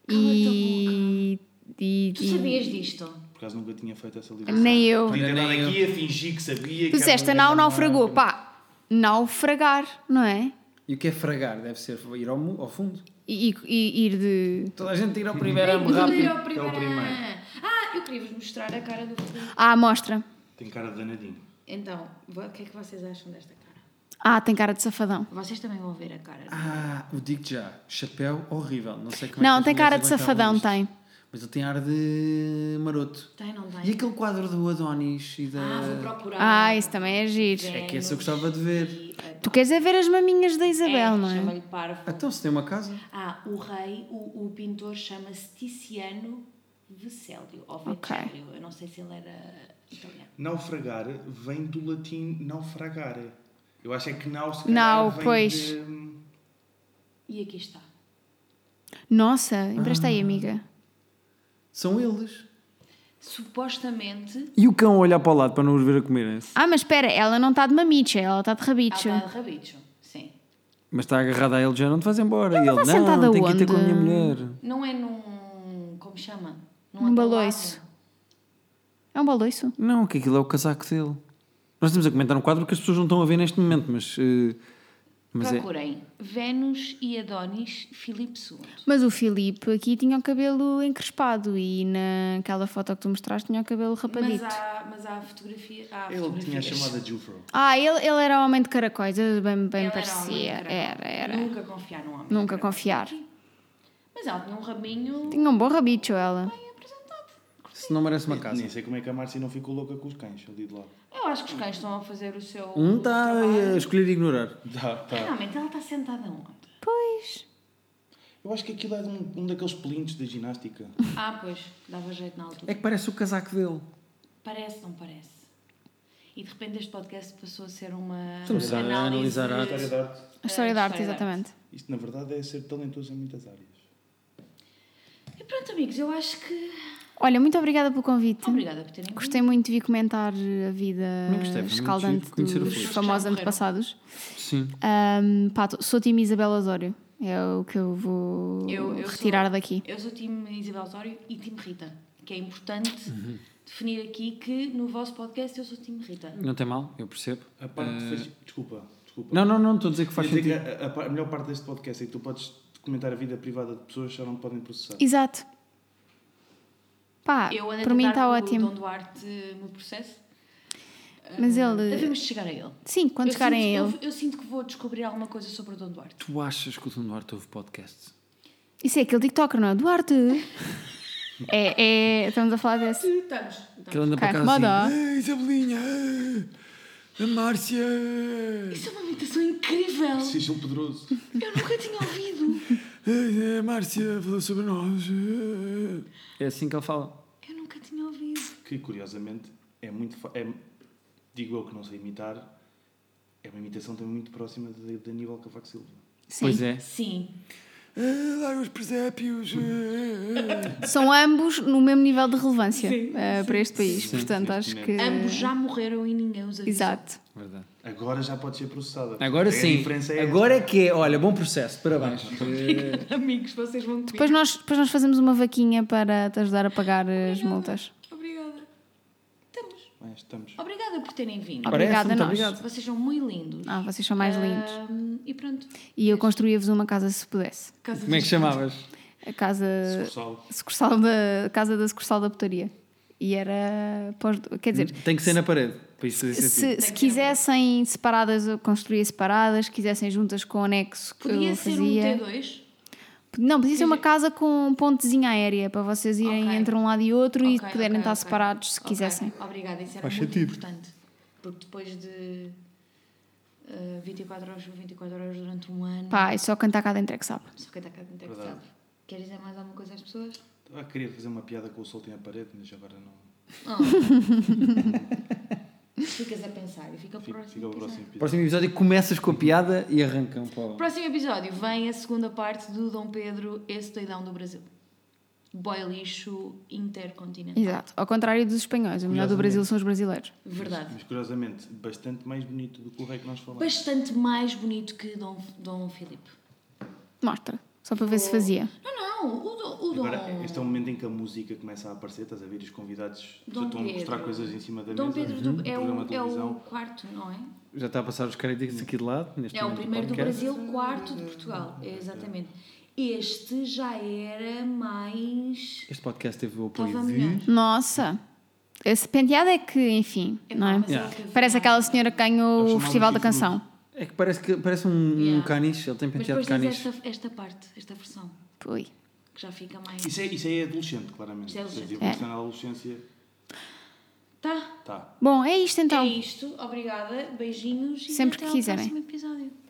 Speaker 4: E. e-
Speaker 2: Tu
Speaker 4: e-
Speaker 2: sabias disto?
Speaker 5: Por acaso nunca tinha feito essa ligação.
Speaker 4: Nem eu.
Speaker 5: Podia ter
Speaker 3: Nem
Speaker 5: dado
Speaker 3: eu.
Speaker 5: aqui a fingir que um sabia.
Speaker 4: Tu disseste, a
Speaker 3: é?"
Speaker 4: nau naufragou. Pá, naufragar, não é?
Speaker 3: E o que é fragar? Deve ser ir ao, mu- ao fundo.
Speaker 4: E, e- e ir de.
Speaker 3: Toda a gente ir ao primeiro
Speaker 2: Mas
Speaker 3: amo
Speaker 2: olha,
Speaker 3: rápido.
Speaker 2: o primeiro.
Speaker 5: É o primeiro.
Speaker 2: Ah, eu queria vos mostrar a cara do Felipe.
Speaker 4: Ah, mostra.
Speaker 5: Tem cara de danadinho.
Speaker 2: Então, vo- o que é que vocês acham desta cara?
Speaker 4: Ah, tem cara de safadão.
Speaker 2: Vocês também vão ver a cara.
Speaker 3: Ah, o digo Ah, já. Chapéu horrível. Não sei como é
Speaker 4: Não,
Speaker 3: que
Speaker 4: tem
Speaker 3: as
Speaker 4: cara de
Speaker 3: mulheres
Speaker 4: safadão,
Speaker 3: aguentavam
Speaker 4: tem.
Speaker 3: isto. Mas ele tem ar de maroto.
Speaker 2: Tem, não
Speaker 3: E
Speaker 2: tem?
Speaker 3: aquele quadro do Adonis e da.
Speaker 2: Ah, vou procurar.
Speaker 4: Ah, isso também é giro.
Speaker 3: É que esse eu gostava de ver.
Speaker 4: Tu queres é ver as maminhas da
Speaker 2: é,
Speaker 4: Isabel, não é?
Speaker 2: Chama-lhe parvo.
Speaker 3: Então, se tem uma casa.
Speaker 2: Ah, o rei, o, o pintor chama-se Tiziano Vecellio, ou
Speaker 4: Ok.
Speaker 2: Vecellio. Eu não sei se ele era italiano.
Speaker 5: Naufragar vem do latim naufragare. Eu acho é que nau se
Speaker 4: Nau,
Speaker 5: calhar, vem
Speaker 4: pois.
Speaker 5: de-
Speaker 2: E aqui está.
Speaker 4: Nossa, empresta
Speaker 3: Ah.
Speaker 4: aí, amiga.
Speaker 3: São eles.
Speaker 2: Supostamente,
Speaker 3: E o cão a olhar para o lado para não os ver a comerem
Speaker 4: Ah, mas espera, ela não está de mamicha, ela está de
Speaker 2: ela
Speaker 4: rabicho.
Speaker 2: está de rabicho. Sim.
Speaker 3: Mas está agarrado a ele, já não te vais embora. e ele,
Speaker 4: vai sentada
Speaker 3: não, tem que ir ter com a
Speaker 4: onde?
Speaker 3: minha mulher.
Speaker 2: Não é num. Como chama? Num
Speaker 4: Um
Speaker 2: atalado.
Speaker 4: baloiço. É um baloiço?
Speaker 3: Não, que aquilo é o casaco dele. Nós estamos a comentar um quadro que as pessoas não estão a ver neste momento, mas. eh, mas é.
Speaker 2: Procurem. Vênus e Adonis Filipe II.
Speaker 4: Mas o Filipe aqui tinha o cabelo encrespado e naquela foto que tu mostraste tinha o cabelo
Speaker 2: Mas
Speaker 4: rapadito.
Speaker 2: há, mas há fotografia. Há
Speaker 3: Ah,
Speaker 5: Ele tinha a
Speaker 2: fotografias.
Speaker 5: chamada Jufro.
Speaker 4: Ah, ele, ele era homem de caracóis, eu bem, bem
Speaker 2: Ele era
Speaker 4: parecia.
Speaker 2: homem de
Speaker 4: Era,
Speaker 2: caracol.
Speaker 4: era.
Speaker 2: Nunca confiar num homem. de
Speaker 4: Nunca
Speaker 2: caracol.
Speaker 4: confiar.
Speaker 2: Mas ela tinha um rabinho
Speaker 4: Tinha um bom rabicho ela.
Speaker 2: bem apresentado.
Speaker 3: Se não merece uma casa.
Speaker 5: Nem sei como é que a Márcia não ficou louca com os cães ali de lado.
Speaker 2: Eu acho que os cães estão a fazer o seu.
Speaker 3: Um está a
Speaker 2: trabalho. É,
Speaker 3: escolher ignorar.
Speaker 5: Tá, tá.
Speaker 2: Realmente, ela está sentada onde?
Speaker 4: Pois.
Speaker 5: Eu acho que aquilo é de um, um daqueles pelinhos da ginástica.
Speaker 2: Ah, pois, dava jeito na altura.
Speaker 3: É que parece o casaco dele.
Speaker 2: Parece, não parece. E de repente este podcast passou a ser uma.
Speaker 3: Estamos a analisar a
Speaker 5: História de arte.
Speaker 4: A história
Speaker 2: É,
Speaker 4: da arte,
Speaker 2: história da
Speaker 4: exatamente.
Speaker 5: Isto, na verdade, é ser talentoso em muitas áreas.
Speaker 2: E pronto, amigos, eu acho que.
Speaker 4: Olha, muito obrigada pelo convite.
Speaker 2: Obrigada por terem vindo.
Speaker 4: Gostei muito de vir comentar a vida
Speaker 3: Não gostei, foi muito
Speaker 4: escaldante
Speaker 3: giro conhecer o
Speaker 4: dos
Speaker 3: Filipe.
Speaker 4: famosos
Speaker 2: Já morreram.
Speaker 4: antepassados.
Speaker 3: Sim.
Speaker 4: Ahm, pá, tô- sou time Isabel Osório. É o que eu vou
Speaker 2: Eu- eu
Speaker 4: retirar
Speaker 2: sou-
Speaker 4: daqui.
Speaker 2: Eu sou time Isabel Osório e time Rita. Que é importante definir aqui que no vosso podcast eu sou time Rita.
Speaker 3: Não tem mal, eu percebo.
Speaker 5: A parte que fez... Desculpa, desculpa.
Speaker 3: Eh, Não, não, não, estou a dizer que faz
Speaker 5: Quer dizer
Speaker 3: sentido.
Speaker 5: que a, a par- a melhor parte deste podcast é que tu podes comentar a vida privada de pessoas que já não te podem processar.
Speaker 4: Exato. Pá,
Speaker 2: Eu ando a
Speaker 4: Ah, por mim
Speaker 2: tentar que
Speaker 4: está
Speaker 2: O
Speaker 4: ótimo.
Speaker 2: Dom Duarte me processe.
Speaker 4: Mas ele.
Speaker 2: Devemos chegar a ele.
Speaker 4: Sim, quando
Speaker 2: Eu
Speaker 4: chegarem a
Speaker 2: sinto-
Speaker 4: ele.
Speaker 2: Eu, eu sinto que vou descobrir alguma coisa sobre o Dom Duarte.
Speaker 3: Tu achas que o Tom Duarte ouve podcast?
Speaker 4: Isso é aquele TikToker, não é? Duarte! é, é, estamos a falar desse.
Speaker 2: Estamos.
Speaker 3: Que ele anda para
Speaker 4: Carro
Speaker 3: casa
Speaker 4: Modó.
Speaker 3: assim, "Ei, Isabelinha! ei, A Márcia!
Speaker 2: Isso é uma imitação incrível.
Speaker 5: Sigil Pedroso.
Speaker 2: Eu nunca tinha ouvido.
Speaker 3: ei, A Márcia falou sobre nós! ei." É assim que ele fala.
Speaker 2: Eu nunca tinha ouvido.
Speaker 5: que curiosamente é muito fa- é, digo eu que não sei imitar é uma imitação também muito próxima de, de Aníbal Cavaco Silva
Speaker 4: Sim.
Speaker 3: Pois é.
Speaker 2: Sim.
Speaker 3: Larga os presépios!
Speaker 5: é.
Speaker 4: São ambos no mesmo nível de relevância
Speaker 2: Sim,
Speaker 4: eh, para este país.
Speaker 5: Sim,
Speaker 4: Portanto,
Speaker 5: sim,
Speaker 4: acho
Speaker 5: sim.
Speaker 4: que.
Speaker 2: Ambos já morreram e ninguém os avisou.
Speaker 4: É. Exato.
Speaker 3: Verdade.
Speaker 5: agora já pode ser processada
Speaker 3: Agora
Speaker 5: A
Speaker 3: sim.
Speaker 5: diferença é
Speaker 3: Agora é que é. Olha, bom processo. Parabéns.
Speaker 5: [LAUGHS]
Speaker 3: Eh,
Speaker 2: Amigos, vocês vão comigo.
Speaker 4: Depois nós, depois nós fazemos uma vaquinha para te ajudar a pagar as multas.
Speaker 2: Obrigada. Estamos.
Speaker 5: esta. Bem, estamos
Speaker 2: Obrigada por terem vindo.
Speaker 4: Obrigada,
Speaker 3: parece, muito
Speaker 4: nós.
Speaker 3: obrigado.
Speaker 2: Vocês são muito lindos.
Speaker 4: Ah, vocês são
Speaker 2: Eh,
Speaker 4: mais lindos.
Speaker 2: Ahm, e pronto.
Speaker 4: E eu construía-vos uma casa se pudesse.
Speaker 2: Casa
Speaker 3: Como é que
Speaker 2: dos-
Speaker 3: chamavas?
Speaker 4: A casa
Speaker 5: Sucursal.
Speaker 4: sucursal da casa da sucursal da putaria. E era pós, quer dizer,
Speaker 3: Tem que ser na parede. Para isso fazer sentido.
Speaker 4: se, se quisessem separadas, eu construía separadas, quisessem juntas com anexo, que
Speaker 2: Podia
Speaker 4: eu
Speaker 2: ser
Speaker 4: fazia.
Speaker 2: um T2?
Speaker 4: Não, podia ser uma casa com pontezinha aérea para vocês irem
Speaker 2: Ok.
Speaker 4: entre um lado e outro e
Speaker 2: Ok, ok,
Speaker 4: poderem estar
Speaker 2: ok.
Speaker 4: separados se
Speaker 2: Ok,
Speaker 4: quisessem.
Speaker 2: Obrigada, isso era muito importante. Porque depois de ah, 24 horas ou 24 horas durante um ano,
Speaker 4: Pá, é só cantar cá dentro é que sabe.
Speaker 2: só quem está cá dentro é que
Speaker 5: Verdade.
Speaker 2: sabe. Queres dizer mais alguma coisa às pessoas?
Speaker 5: Ah, queria fazer uma piada com o solto na parede mas agora não
Speaker 2: Ficas a pensar e fica o
Speaker 5: fica,
Speaker 2: próximo.
Speaker 5: fica o próximo episódio
Speaker 3: Próximo episódio começas com a piada e arrancam para o...
Speaker 2: Próximo episódio vem a segunda parte do Dom Pedro, esse doidão do Brasil. Boy lixo intercontinental.
Speaker 4: Exato. Ao contrário dos espanhóis, o melhor do Brasil são os brasileiros.
Speaker 2: Verdade.
Speaker 5: mas curiosamente bastante mais bonito do que o rei que nós falamos
Speaker 2: Bastante mais bonito que Dom, Dom Filipe.
Speaker 4: Mostra, só para ver se fazia.
Speaker 2: Não, não, o, Dom- o Dom.
Speaker 5: agora este é o momento em que a música começa a aparecer estás a ver os convidados
Speaker 2: Dom
Speaker 5: estão a mostrar
Speaker 2: Pedro.
Speaker 5: coisas em cima da
Speaker 2: Dom
Speaker 5: mesa
Speaker 2: Pedro
Speaker 5: Uhum.
Speaker 2: do, é,
Speaker 5: programa
Speaker 2: o,
Speaker 5: de
Speaker 2: é
Speaker 5: televisão
Speaker 2: o quarto, não é?
Speaker 3: Já está a passar os créditos aqui de lado. Neste
Speaker 2: É o
Speaker 3: momento do
Speaker 2: primeiro do
Speaker 3: podcast.
Speaker 2: Brasil, quarto de Portugal. É, exatamente. Este já era mais.
Speaker 3: Este podcast teve o apoio
Speaker 2: Estava
Speaker 3: de...
Speaker 2: melhor.
Speaker 4: Nossa! Esse penteado é que, enfim,
Speaker 2: Epá,
Speaker 4: não é?
Speaker 2: mas
Speaker 3: Yeah.
Speaker 2: ele teve
Speaker 4: Parece
Speaker 2: piada.
Speaker 4: aquela senhora que
Speaker 5: o
Speaker 4: ganhou o
Speaker 5: chamado
Speaker 4: Festival da
Speaker 5: Kifrudo.
Speaker 4: Canção.
Speaker 3: É que parece, que, parece um, um
Speaker 2: Yeah.
Speaker 3: caniche, ele tem
Speaker 2: Mas
Speaker 3: penteado
Speaker 2: depois
Speaker 3: de caniche.
Speaker 2: tens esta, esta parte, esta versão.
Speaker 4: Ui.
Speaker 2: que já fica mais.
Speaker 5: Isso é, isso é adolescente, claramente.
Speaker 2: Isso é adolescente.
Speaker 5: Quer dizer, quando na adolescência,
Speaker 2: Tá.
Speaker 5: tá.
Speaker 4: Bom, é isto então.
Speaker 2: É isto. Obrigada. Beijinhos. E
Speaker 4: Sempre que
Speaker 2: até ao
Speaker 4: Então. quiserem.
Speaker 2: próximo episódio.